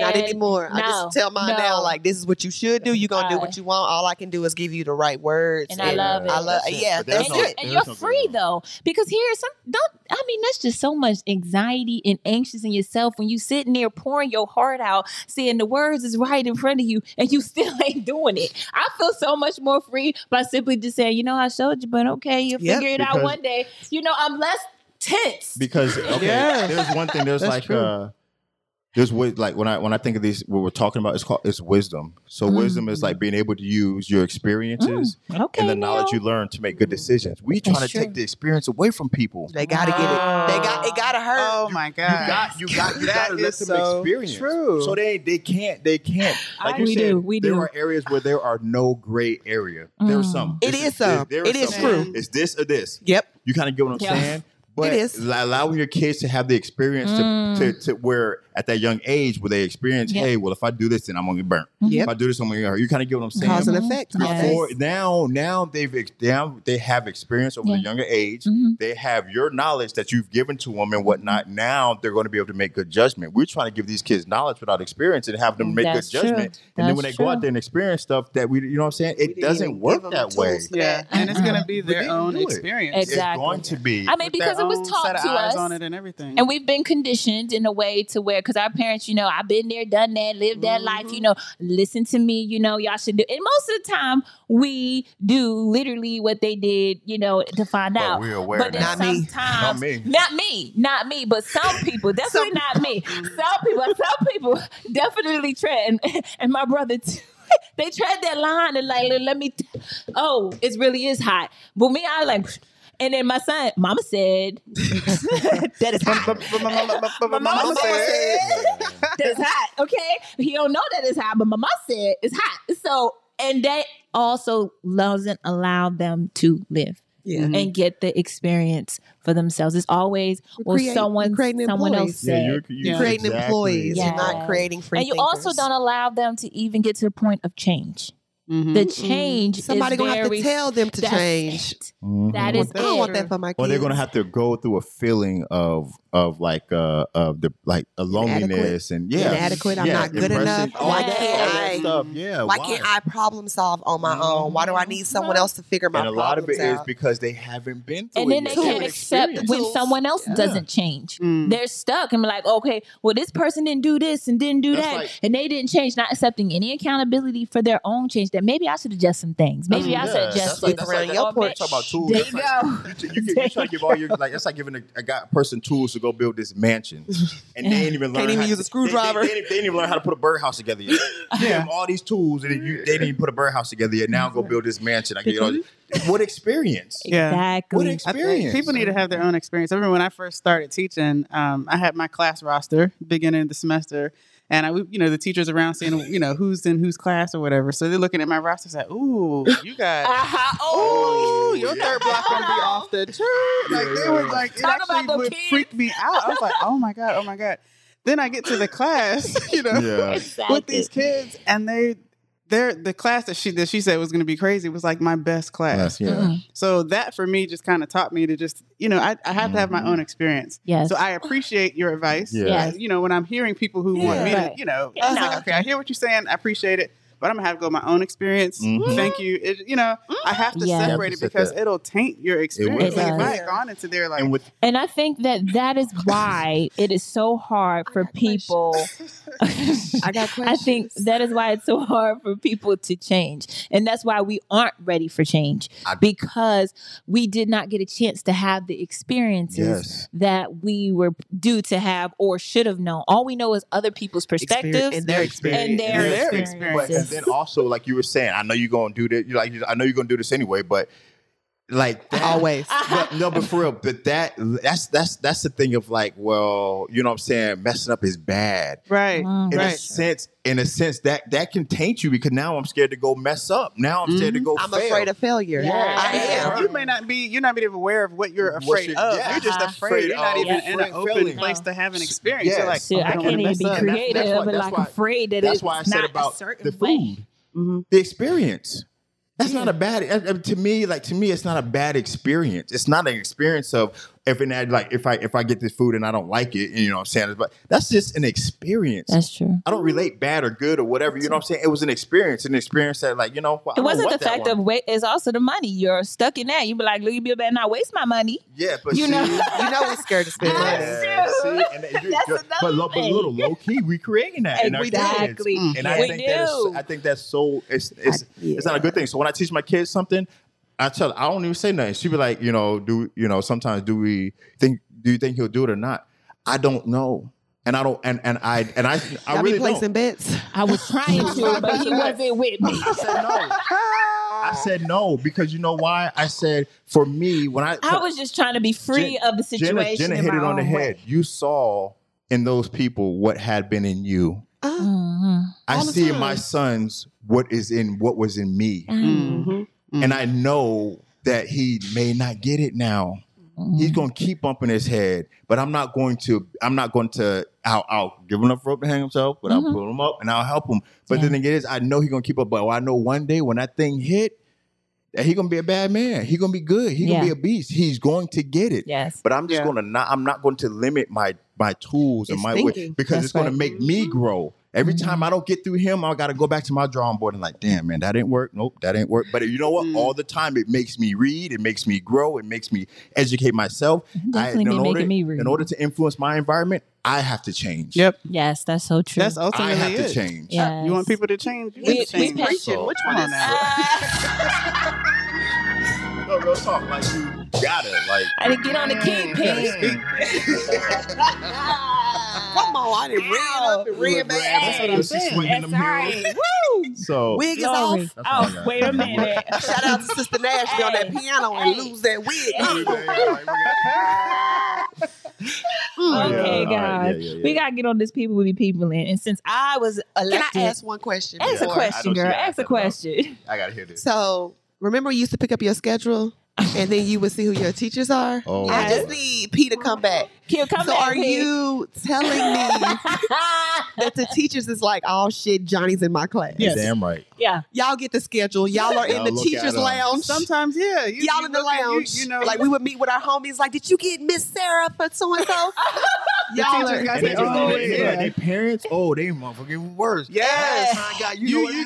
Speaker 3: <laughs> Not anymore. I
Speaker 4: no,
Speaker 3: just tell mine
Speaker 4: no.
Speaker 3: now, like this is what you should do. You're gonna do what you want. All I can do is give you the right words.
Speaker 4: And I
Speaker 1: Yeah.
Speaker 4: love it.
Speaker 3: I love.
Speaker 1: That's it.
Speaker 3: Yeah,
Speaker 1: But there's
Speaker 4: and
Speaker 3: that's
Speaker 1: no-
Speaker 4: you're,
Speaker 3: it.
Speaker 4: and
Speaker 1: there's no
Speaker 4: you're free
Speaker 1: going
Speaker 4: though because here's some don't i mean that's just so much anxiety and anxious in yourself when you sitting there pouring your heart out saying the words is right in front of you and you <laughs> still ain't doing it i feel so much more free by simply just saying you know i showed you but okay you'll
Speaker 3: Yep,
Speaker 4: figure it out
Speaker 1: because-
Speaker 4: one day you know i'm less tense
Speaker 1: because okay,
Speaker 2: Yeah.
Speaker 1: there's one thing. There's
Speaker 2: That's
Speaker 1: like
Speaker 2: true.
Speaker 1: uh, there's wi- like when I when I think of these what we're talking about, it's called it's wisdom. So wisdom is
Speaker 4: Mm.
Speaker 1: like being able to use your experiences
Speaker 4: okay
Speaker 1: and the knowledge you learn to make good decisions. We trying
Speaker 4: Mm. That's
Speaker 1: to
Speaker 4: true.
Speaker 1: take the experience away from people.
Speaker 3: They gotta get
Speaker 2: Wow.
Speaker 3: it. They got. It gotta hurt.
Speaker 2: Oh my
Speaker 1: You
Speaker 2: God.
Speaker 1: got, you got, you
Speaker 2: That
Speaker 1: got to let
Speaker 2: is
Speaker 1: them
Speaker 2: so
Speaker 1: experience.
Speaker 2: true.
Speaker 1: So they, they can't, they can't. Like
Speaker 4: I-
Speaker 1: you
Speaker 4: We
Speaker 1: said,
Speaker 4: do, we
Speaker 1: there
Speaker 4: do.
Speaker 1: are areas where there are no gray area. There are
Speaker 4: Mm.
Speaker 1: some.
Speaker 3: It
Speaker 1: This
Speaker 3: is some.
Speaker 1: there
Speaker 3: It is
Speaker 1: some.
Speaker 2: true.
Speaker 1: It's this or this.
Speaker 3: Yep.
Speaker 1: You kind of get what I'm
Speaker 4: Yeah. <laughs>
Speaker 1: saying. But
Speaker 3: It is.
Speaker 1: l- allowing your kids to have the experience to-
Speaker 4: Mm.
Speaker 1: to, to, where at that young age where they experience,
Speaker 4: Yeah. Mm-hmm.
Speaker 1: hey, well, if I do this, then I'm gonna get burnt. If
Speaker 3: Yep.
Speaker 1: I do this, I'm gonna get hurt. You kind of get what I'm saying.
Speaker 3: Cause and
Speaker 4: Mhm.
Speaker 3: effect.
Speaker 4: Yes.
Speaker 1: Before- now, now they've ex- now they have experience over
Speaker 4: Yeah.
Speaker 1: the younger age.
Speaker 4: Mhm.
Speaker 1: They have your knowledge that you've given to them and whatnot. Now they're going to be able to make good judgment. We're trying to give these kids knowledge without experience and have them make
Speaker 4: That's
Speaker 1: good
Speaker 4: true.
Speaker 1: judgment. And then when they
Speaker 4: That's
Speaker 1: go
Speaker 4: true.
Speaker 1: out there and experience stuff that we, you know, what I'm saying,
Speaker 3: We
Speaker 1: it
Speaker 3: didn't
Speaker 1: doesn't
Speaker 3: even
Speaker 1: work
Speaker 3: give 'em
Speaker 1: that
Speaker 3: the
Speaker 1: way.
Speaker 3: tools for
Speaker 2: Yeah.
Speaker 3: that.
Speaker 2: And it's
Speaker 4: Uh-uh.
Speaker 2: going to be
Speaker 1: But they
Speaker 2: their
Speaker 1: can
Speaker 2: own
Speaker 1: do it.
Speaker 2: experience.
Speaker 4: Exactly.
Speaker 1: It's going to be.
Speaker 4: I mean,
Speaker 1: with that
Speaker 4: because it was taught
Speaker 2: set of
Speaker 4: to
Speaker 2: eyes
Speaker 4: us.
Speaker 2: on it and everything.
Speaker 4: And we've been conditioned in a way to where, because our parents, you know, I've been there, done that, lived that life,
Speaker 3: Mhm.
Speaker 4: you know, listen to me, you know, y'all should do. And most of the time, we do literally what they did, you know, to find
Speaker 5: But
Speaker 4: out.
Speaker 5: we're aware
Speaker 4: But then
Speaker 5: now.
Speaker 4: <laughs>
Speaker 3: Not me.
Speaker 4: sometimes,
Speaker 5: Not me.
Speaker 4: not me, not me, but some
Speaker 2: <laughs>
Speaker 4: people, definitely not me. Some people, some people <laughs> definitely tread, and, <laughs> and my brother too. <laughs> They tread that line and like, let me. T- oh, it really is hot. But me, I like. <sniffs> And then my son, Mama said, <laughs> "That is hot."
Speaker 2: but, but my mama, but my
Speaker 4: My
Speaker 2: mama
Speaker 4: mama
Speaker 2: said,
Speaker 4: that's hot. Okay. He don't know that it's hot, but mama said it's hot. So and that also doesn't allow them to live
Speaker 1: Mm-hmm.
Speaker 3: Yeah.
Speaker 4: and get the experience for themselves. It's always well
Speaker 3: Create-
Speaker 4: someone
Speaker 3: creating
Speaker 4: someone else
Speaker 3: employees.
Speaker 4: said.
Speaker 1: you
Speaker 2: Yeah.
Speaker 3: Creating employees,
Speaker 4: Yeah.
Speaker 3: you're not creating free.
Speaker 4: and you also
Speaker 3: thinkers.
Speaker 4: don't allow them to even get to the point of change.
Speaker 2: Mhm.
Speaker 4: The
Speaker 3: Mm-mm.
Speaker 4: change
Speaker 3: Somebody
Speaker 4: is
Speaker 3: gonna have
Speaker 4: very-
Speaker 3: to tell them to
Speaker 4: that's
Speaker 3: change. Mm-hmm.
Speaker 4: it.
Speaker 1: Mhm.
Speaker 4: That is
Speaker 3: I don't
Speaker 4: it.
Speaker 3: want that for my kids.
Speaker 1: or they're gonna have to go through a feeling of of like uh of the like a loneliness and yeah
Speaker 3: Inadequate, I'm
Speaker 1: yeah,
Speaker 3: not good
Speaker 1: depression,
Speaker 3: enough,
Speaker 1: all
Speaker 4: why
Speaker 1: that,
Speaker 4: can't
Speaker 1: all that
Speaker 4: I-
Speaker 1: stuff yeah
Speaker 3: Why can't I problem solve on my own? Why do I
Speaker 4: Mm-hmm.
Speaker 3: need someone else to figure my
Speaker 1: and a lot of it
Speaker 3: problems
Speaker 1: is
Speaker 3: out?
Speaker 1: because they haven't been through
Speaker 4: And
Speaker 1: it
Speaker 4: then they
Speaker 1: yet.
Speaker 4: can't accept when
Speaker 3: Tools.
Speaker 4: someone else
Speaker 1: Yeah. Mm-hmm.
Speaker 4: doesn't change.
Speaker 2: Mm.
Speaker 4: They're stuck and be like, okay, well, this person didn't do this and didn't do
Speaker 1: That's
Speaker 4: that,
Speaker 1: like-
Speaker 4: and they didn't change, not accepting any accountability for their own change. That maybe I should adjust some things. Maybe I
Speaker 1: That's-
Speaker 4: should
Speaker 1: yeah,
Speaker 4: adjust
Speaker 1: that's like-
Speaker 4: it.
Speaker 1: that's like-
Speaker 4: Or
Speaker 1: that's
Speaker 4: may-
Speaker 1: like talking about tools.
Speaker 4: There
Speaker 1: That's
Speaker 4: you
Speaker 1: like-
Speaker 4: go.
Speaker 1: You, t- you, can- you try to give all your like. It's like giving a, a guy person tools to go build this mansion, and they ain't even learn.
Speaker 3: Can't even
Speaker 1: how-
Speaker 3: use a
Speaker 1: they-
Speaker 3: screwdriver.
Speaker 1: They, they didn't- they didn't even learn how to put a birdhouse together
Speaker 3: <laughs>
Speaker 1: yet. Give them all these tools, and you, they didn't even put a birdhouse together yet. Now go build this mansion. I get all. What experience?
Speaker 2: Yeah.
Speaker 1: What
Speaker 4: Exactly.
Speaker 2: I think
Speaker 1: experience? Mm-hmm.
Speaker 2: People need to have their own experience. I remember when I first started teaching, um, I had my class roster beginning of the semester, and I, would- you know, the teachers around seeing, you know, who's in whose class or whatever. So they're looking at my roster, like, "Ooh, you
Speaker 4: <laughs>
Speaker 2: got,
Speaker 4: Uh-huh.
Speaker 2: ooh,
Speaker 1: Oh,
Speaker 2: your
Speaker 1: yeah.
Speaker 2: third block gonna be off the chart." Like they were like, it
Speaker 4: Talk about
Speaker 2: actually
Speaker 4: the
Speaker 2: would
Speaker 4: kids.
Speaker 2: freak me out. I was like, "Oh my god, oh my god." Then I get to the class, <laughs> you
Speaker 3: <laughs>
Speaker 2: know,
Speaker 1: Yeah.
Speaker 4: Exactly.
Speaker 2: with these kids, and they, they're the class that she that she said was going to be crazy was like my best class.
Speaker 3: Mm-hmm.
Speaker 1: yeah.
Speaker 2: So that for me just kind of taught me to just, you know, I, I have to have my
Speaker 1: Mhm.
Speaker 2: own experience.
Speaker 4: Yes.
Speaker 2: So I appreciate your advice. Uh,
Speaker 1: Yeah.
Speaker 4: Yes.
Speaker 2: You know, when I'm hearing people who want me to,
Speaker 4: Right.
Speaker 2: you know,
Speaker 4: Yeah,
Speaker 2: it's
Speaker 4: no.
Speaker 2: like, okay, I hear what you're saying. I appreciate it, but I'm going to have to go with my own experience.
Speaker 1: Mhm.
Speaker 2: Thank you. It, you know, I have to
Speaker 4: Yeah.
Speaker 2: separate it
Speaker 1: You have to
Speaker 2: because
Speaker 1: set
Speaker 2: it'll taint your experience.
Speaker 1: will.
Speaker 2: Like, if I
Speaker 3: Yeah.
Speaker 2: had gone into there like,
Speaker 1: And with
Speaker 4: And I think that that is why it is so hard for people.
Speaker 3: <laughs> I got
Speaker 4: I
Speaker 3: questions.
Speaker 4: think that is why it's so hard for people to change. And that's why we aren't ready for change
Speaker 1: I-
Speaker 4: because we did not get a chance to have the experiences
Speaker 1: yes,
Speaker 4: that we were due to have or should have known. All we know is other people's perspectives.
Speaker 3: and their
Speaker 4: and <laughs>
Speaker 3: experience.
Speaker 4: their
Speaker 1: Their
Speaker 4: experiences.
Speaker 1: but and then also like you were saying, I know you're gonna do that. You like I know you're gonna do this anyway, but like that,
Speaker 3: Always.
Speaker 1: but no, but for real, but that that's that's that's the thing of like, well, you know what I'm saying, messing up is bad.
Speaker 2: right.
Speaker 4: Mm.
Speaker 1: In a
Speaker 2: Right.
Speaker 1: sense, in a sense, that that can taint you because now I'm scared to go mess up. Now I'm scared to
Speaker 4: Mm-hmm.
Speaker 1: go.
Speaker 3: I'm
Speaker 1: fail.
Speaker 3: afraid of failure.
Speaker 4: Yeah.
Speaker 3: I am.
Speaker 2: Yeah, You may not be you're not even aware of what you're
Speaker 1: What
Speaker 2: afraid
Speaker 1: you're-
Speaker 2: of.
Speaker 1: yeah.
Speaker 2: You're just
Speaker 4: Uh-huh.
Speaker 2: afraid.
Speaker 1: Afraid
Speaker 2: You're not
Speaker 1: of-
Speaker 2: even in an
Speaker 1: afraid
Speaker 2: open
Speaker 1: feeling.
Speaker 2: place to have an experience. You're
Speaker 1: Yes.
Speaker 2: like,
Speaker 4: Shit,
Speaker 2: oh,
Speaker 4: I
Speaker 2: don't
Speaker 4: can't
Speaker 2: wanna
Speaker 4: even
Speaker 2: mess
Speaker 4: be
Speaker 2: up.
Speaker 1: That's-
Speaker 4: creative,
Speaker 1: that's why-
Speaker 4: but
Speaker 1: that's
Speaker 4: like
Speaker 1: why-
Speaker 4: afraid that
Speaker 1: That's
Speaker 4: it's
Speaker 1: why I said
Speaker 4: not a
Speaker 1: about
Speaker 4: certain
Speaker 1: the
Speaker 4: way.
Speaker 1: food,
Speaker 3: Mm-hmm.
Speaker 1: the experience. That's not a bad. I- I- To me, like to me, it's not a bad experience. It's not an experience of if and that, like if I if I get this food and I don't like it, you know what I'm saying. But that's just an experience.
Speaker 4: That's true.
Speaker 1: I don't relate bad or good or whatever. You know what I'm saying? It was an experience, an experience that like you know. well, I
Speaker 4: It
Speaker 1: don't
Speaker 4: wasn't the
Speaker 1: want that
Speaker 4: fact
Speaker 1: one.
Speaker 4: of wait. It's also the money. You're stuck in that. You be like, look, you better not waste my money.
Speaker 1: yeah, but
Speaker 4: you
Speaker 1: see,
Speaker 4: know. <laughs>
Speaker 3: You know we're <laughs> scared to spend money.
Speaker 4: That's
Speaker 1: yeah,
Speaker 4: true.
Speaker 1: see, and that- you-
Speaker 4: That's
Speaker 1: you- but,
Speaker 4: another
Speaker 1: lo- but
Speaker 4: thing.
Speaker 1: little low key, we creating that in our kids. Mm-hmm.
Speaker 4: exactly.
Speaker 2: Mm.
Speaker 1: And I
Speaker 4: we
Speaker 1: think
Speaker 4: do.
Speaker 1: that is, I think that's so it's it's it's not a good thing. So when I teach my kids something, I tell I don't even say nothing. She be like, you know, do you know? Sometimes do we think? Do you think he'll do it or not? I don't know, and I don't, and and I and I I
Speaker 3: Y'all
Speaker 1: really
Speaker 3: be
Speaker 1: don't.
Speaker 3: placing bets.
Speaker 4: I was trying to, but he wasn't
Speaker 1: <laughs>
Speaker 4: with me.
Speaker 1: I said no. I said no because you know why? I said for me when I
Speaker 4: I was just trying to be free
Speaker 1: Jen-
Speaker 4: of the
Speaker 1: Jenna,
Speaker 4: situation.
Speaker 1: Jenna
Speaker 4: in
Speaker 1: hit
Speaker 4: my
Speaker 1: it on the
Speaker 4: own
Speaker 1: head.
Speaker 4: way.
Speaker 1: You saw in those people what had been in you.
Speaker 3: Uh,
Speaker 4: Mhm.
Speaker 1: I
Speaker 3: All the
Speaker 1: see in
Speaker 3: time.
Speaker 1: my sons what is in what was in me.
Speaker 4: Mm-hmm.
Speaker 1: Mm-hmm.
Speaker 2: Mhm.
Speaker 1: and I know that he may not get it now. He's gonna keep bumping his head, but I'm not going to. I'm not going to. I'll, I'll give him enough rope to hang himself, but
Speaker 4: Mhm.
Speaker 1: I'll pull him up and I'll help him. But
Speaker 4: Yeah.
Speaker 1: the thing is, I know he's gonna keep up. But I know one day when that thing hit, that he's gonna be a bad man. He's gonna be good. He's
Speaker 4: Yeah.
Speaker 1: gonna be a beast. He's going to get it.
Speaker 4: Yes.
Speaker 1: But I'm just
Speaker 2: Yeah.
Speaker 1: gonna not. I'm not going to limit my my tools and
Speaker 3: It's
Speaker 1: my way
Speaker 3: thinking.
Speaker 1: because
Speaker 4: That's
Speaker 1: it's gonna
Speaker 4: right.
Speaker 1: make me grow. Every time I don't get through him, I gotta go back to my drawing board and like, damn man, that didn't work. Nope, that didn't work. But you know what?
Speaker 2: Mm.
Speaker 1: All the time, it makes me read. It makes me grow. It makes me educate myself.
Speaker 4: Definitely
Speaker 1: in
Speaker 4: been
Speaker 1: order-
Speaker 4: making me read.
Speaker 1: In order to influence my environment, I have to change.
Speaker 2: Yep.
Speaker 4: yes, that's so true.
Speaker 2: That's ultimately
Speaker 1: I have
Speaker 2: it.
Speaker 1: to change.
Speaker 4: yes.
Speaker 2: You want people to change? You
Speaker 4: We-
Speaker 2: need to
Speaker 4: we
Speaker 2: change.
Speaker 4: pay-
Speaker 3: Preaching. Which
Speaker 2: Come
Speaker 3: one
Speaker 2: on
Speaker 3: is
Speaker 2: now.
Speaker 1: No, real talk. Like you gotta like.
Speaker 4: I didn't get on the king page.
Speaker 3: Mm. <laughs> Come on, I didn't read
Speaker 4: Ow.
Speaker 3: up and read back.
Speaker 1: That's what I'm
Speaker 4: That's
Speaker 1: saying.
Speaker 4: That's right. Woo!
Speaker 1: <laughs> So
Speaker 3: Wig is
Speaker 4: Glory.
Speaker 3: off.
Speaker 1: That's all I
Speaker 4: Oh,
Speaker 1: got.
Speaker 4: wait
Speaker 1: <laughs>
Speaker 4: a minute.
Speaker 3: Shout out to Sister Nash be on that
Speaker 4: Hey.
Speaker 3: piano and
Speaker 4: Hey.
Speaker 3: lose that <laughs>
Speaker 4: Hey.
Speaker 3: wig. Uh, mm.
Speaker 1: Oh, yeah.
Speaker 4: okay,
Speaker 1: All right.
Speaker 4: guys.
Speaker 1: Yeah, yeah, yeah.
Speaker 4: <laughs> We gotta get on this people we be people in. And since I was
Speaker 3: Uh, Can I
Speaker 4: elected,
Speaker 3: ask one question?
Speaker 4: ask
Speaker 1: Yeah,
Speaker 4: a
Speaker 1: I
Speaker 3: before-
Speaker 4: question,
Speaker 1: don't see
Speaker 4: girl.
Speaker 1: that.
Speaker 4: Ask a question. <laughs>
Speaker 1: I gotta hear this.
Speaker 3: So remember, you used to pick up your schedule, and then you would see who your teachers are.
Speaker 1: Oh,
Speaker 3: I just
Speaker 1: Lord.
Speaker 3: need P to come back.
Speaker 4: Kill, come
Speaker 3: so
Speaker 4: back.
Speaker 3: are
Speaker 4: Pete.
Speaker 3: you telling me that the teachers is like, oh shit, Johnny's in my class?
Speaker 1: You're Damn right.
Speaker 4: yeah.
Speaker 3: Y'all get the schedule. Y'all are in
Speaker 1: Y'all
Speaker 3: the
Speaker 1: look
Speaker 3: teachers'
Speaker 1: at 'em.
Speaker 3: lounge.
Speaker 2: Sometimes, yeah. You,
Speaker 3: Y'all
Speaker 2: you
Speaker 3: in the
Speaker 2: look at- you-
Speaker 3: lounge.
Speaker 2: You, know,
Speaker 3: like we would meet with our homies. Like, did you get Miss Sarah for
Speaker 2: <laughs>
Speaker 3: so and so? Y'all
Speaker 2: teachers
Speaker 3: are.
Speaker 2: got
Speaker 1: And they,
Speaker 2: said,
Speaker 1: just-
Speaker 2: oh,
Speaker 1: they- they-
Speaker 2: yeah.
Speaker 1: they parents, oh, they motherfucking worse.
Speaker 2: Yes.
Speaker 1: my God, you,
Speaker 2: You-
Speaker 1: know what
Speaker 2: you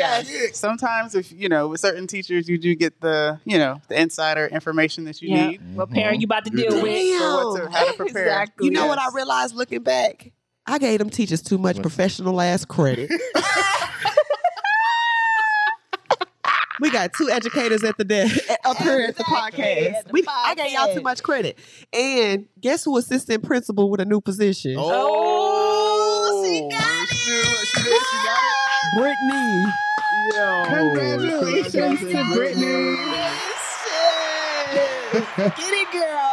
Speaker 1: happened?
Speaker 2: get- sometimes if you know with certain teachers you do get the you know the insider information that you
Speaker 4: Yeah.
Speaker 2: need
Speaker 1: Mm-hmm.
Speaker 4: What parent you about to
Speaker 1: You
Speaker 4: deal
Speaker 3: Mm-hmm.
Speaker 1: do.
Speaker 4: with?
Speaker 2: for what to, how
Speaker 3: <laughs>
Speaker 2: to prepare
Speaker 4: Exactly.
Speaker 3: You know what I
Speaker 2: Yes.
Speaker 3: realized looking back? I gave them teachers too much
Speaker 1: What?
Speaker 3: professional ass credit. we got two educators at the desk <laughs> up here at the
Speaker 4: Exactly,
Speaker 3: podcast.
Speaker 4: at the
Speaker 3: we, I gave y'all too
Speaker 4: podcast.
Speaker 3: much credit. And guess who? Assistant principal with a new position.
Speaker 4: Oh, she
Speaker 1: got it. She, did, she got it.
Speaker 3: Brittany.
Speaker 2: Yo.
Speaker 1: Congratulations to Brittany.
Speaker 4: Yes, shit. Get it, girl.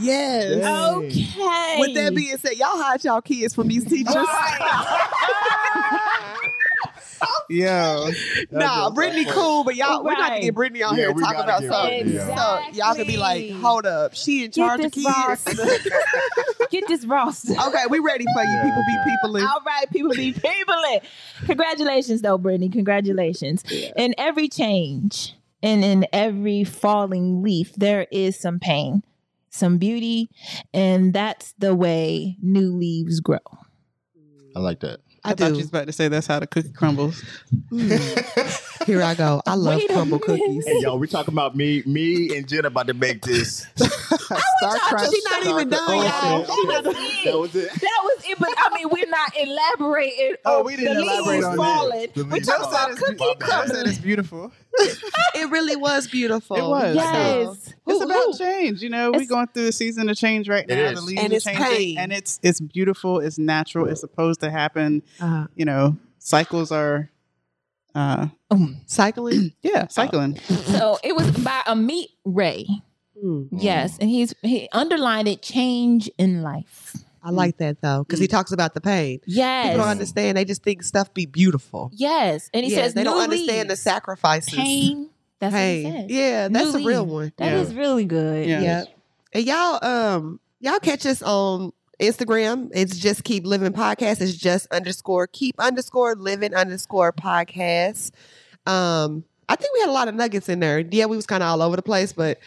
Speaker 3: Yes.
Speaker 1: Yeah.
Speaker 4: Okay.
Speaker 3: With that being said, y'all hide y'all kids from these teachers.
Speaker 4: <laughs>
Speaker 2: Yo.
Speaker 3: nah, Brittany cool, but y'all, we're not
Speaker 4: Right.
Speaker 3: gonna get Brittany on
Speaker 1: Yeah,
Speaker 3: here
Speaker 1: we
Speaker 3: and talk
Speaker 1: gotta
Speaker 3: about
Speaker 1: get
Speaker 3: something.
Speaker 1: Brittany
Speaker 4: on.
Speaker 3: So y'all can be like,
Speaker 4: Exactly.
Speaker 3: hold up, she in
Speaker 4: Get
Speaker 3: charge
Speaker 4: this
Speaker 3: of kids.
Speaker 4: roster. Get this roster.
Speaker 3: okay, we ready for you.
Speaker 1: Yeah,
Speaker 3: people
Speaker 1: okay.
Speaker 3: be people.
Speaker 4: All right, people be people it. Congratulations, though, Brittany. Congratulations. In every change and in every falling leaf, there is some pain, some beauty, and that's the way new leaves grow.
Speaker 1: I like that.
Speaker 2: I, thought
Speaker 4: <laughs>
Speaker 2: you was about to say that's how the cookie crumbles.
Speaker 3: Mm. Here I go. I love
Speaker 4: Wait a
Speaker 3: crumble
Speaker 4: minute.
Speaker 3: cookies.
Speaker 1: Hey, yo, we talking about me, me and Jen about to make
Speaker 3: <laughs>
Speaker 1: this.
Speaker 2: Star Crunch.
Speaker 3: She's not even done,
Speaker 2: Oh,
Speaker 3: y'all.
Speaker 1: shit.
Speaker 3: She not done.
Speaker 1: That was it.
Speaker 4: That was it, but I mean, we're not elaborating.
Speaker 2: Oh,
Speaker 4: on
Speaker 2: we didn't
Speaker 4: the
Speaker 2: elaborate
Speaker 4: leaves
Speaker 2: on
Speaker 4: falling.
Speaker 1: The
Speaker 4: We
Speaker 1: leaves
Speaker 4: talked about
Speaker 1: falling.
Speaker 4: cookie
Speaker 1: My bad.
Speaker 2: I said it's beautiful.
Speaker 3: It really was beautiful.
Speaker 2: It was.
Speaker 4: Yes,
Speaker 2: It's
Speaker 3: Who-
Speaker 2: about
Speaker 3: who?
Speaker 2: change. You know, we're
Speaker 4: It's-
Speaker 2: going through a season of change right
Speaker 1: It
Speaker 2: now.
Speaker 1: is.
Speaker 2: The leaves
Speaker 3: And
Speaker 2: are
Speaker 3: it's
Speaker 2: changing,
Speaker 3: pain.
Speaker 2: and it's it's beautiful. It's natural. It's supposed to happen.
Speaker 3: Uh,
Speaker 2: You know, cycles are. uh
Speaker 4: Mm.
Speaker 2: <clears throat>
Speaker 3: cycling.
Speaker 2: Yeah, cycling.
Speaker 4: so it was by Amit Ray.
Speaker 3: Mm.
Speaker 2: Mm-hmm.
Speaker 4: Yes, and he's he underlined it: change in life.
Speaker 3: I like that though, because he talks about the pain. People don't
Speaker 4: Mm. Yes,
Speaker 1: Yes.
Speaker 3: understand. They just think stuff be beautiful.
Speaker 4: yes, and he
Speaker 3: Yeah,
Speaker 4: says
Speaker 3: they don't
Speaker 4: new
Speaker 3: understand the
Speaker 4: leaves,
Speaker 3: sacrifices.
Speaker 4: pain. That's what he
Speaker 3: Pain.
Speaker 4: said.
Speaker 3: Yeah, that's
Speaker 4: New
Speaker 3: a real
Speaker 4: leaves.
Speaker 3: one.
Speaker 4: That
Speaker 2: Yeah.
Speaker 4: is really good.
Speaker 2: Yeah.
Speaker 3: Yep. And y'all, um, y'all catch us on Instagram. It's just keep living podcast. It's just underscore keep underscore living underscore podcast. Um, I think we had a lot of nuggets in there. Yeah, we was kind of all over the place, but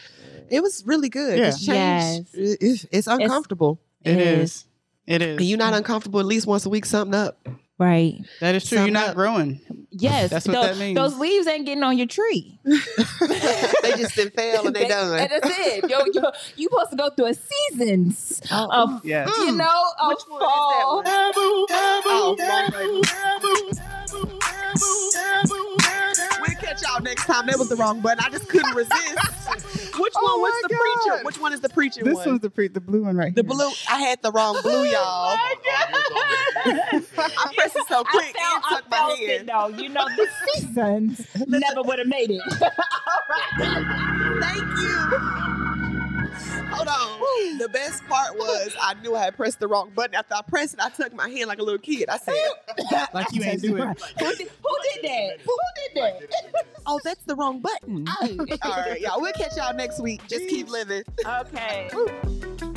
Speaker 3: it was really good.
Speaker 2: Yeah.
Speaker 3: It's changed. It- It's, it's uncomfortable.
Speaker 2: It is. It is.
Speaker 3: and you're not uncomfortable at least once a week, something up. <laughs>
Speaker 4: Right.
Speaker 2: That is true. You're
Speaker 3: Sum
Speaker 2: not
Speaker 3: up.
Speaker 2: growing.
Speaker 4: Yes.
Speaker 2: That's what
Speaker 4: tho-
Speaker 2: that means.
Speaker 4: Those leaves ain't getting on
Speaker 2: <laughs>
Speaker 4: your tree.
Speaker 3: they just didn't fail and they, done.
Speaker 4: And that's it. Yo, yo, you supposed to go through a seasons of,
Speaker 2: Yes. Hmm.
Speaker 4: you know, of
Speaker 3: Which one is that
Speaker 4: fall.
Speaker 3: one? Oh, wrong button. We'll catch y'all next time. That was the wrong button. I just couldn't resist. Which one
Speaker 2: Oh
Speaker 3: was
Speaker 2: my
Speaker 3: the
Speaker 2: God.
Speaker 3: preacher? Which one is the preacher
Speaker 2: This
Speaker 3: one?
Speaker 2: one's the pre- the blue one right
Speaker 3: the
Speaker 2: here.
Speaker 3: blue. I had the wrong blue,
Speaker 4: <laughs>
Speaker 2: Oh,
Speaker 3: y'all. I pressed it so quick.
Speaker 4: I
Speaker 3: it
Speaker 4: felt,
Speaker 3: took
Speaker 4: I
Speaker 3: my
Speaker 4: felt it
Speaker 3: hand.
Speaker 4: though. You know,
Speaker 3: <laughs>
Speaker 4: the seasons never would have made it.
Speaker 3: Thank you. Hold on. The best part was I knew I had pressed the wrong button. After I pressed it, I took my hand like a little kid. I said,
Speaker 2: Like you ain't do it.
Speaker 4: Who did, who did that? Who did that?
Speaker 3: "Oh, that's the wrong button."
Speaker 4: Oh.
Speaker 3: All right, y'all. We'll catch y'all next week. Just keep living.
Speaker 4: <laughs> Okay.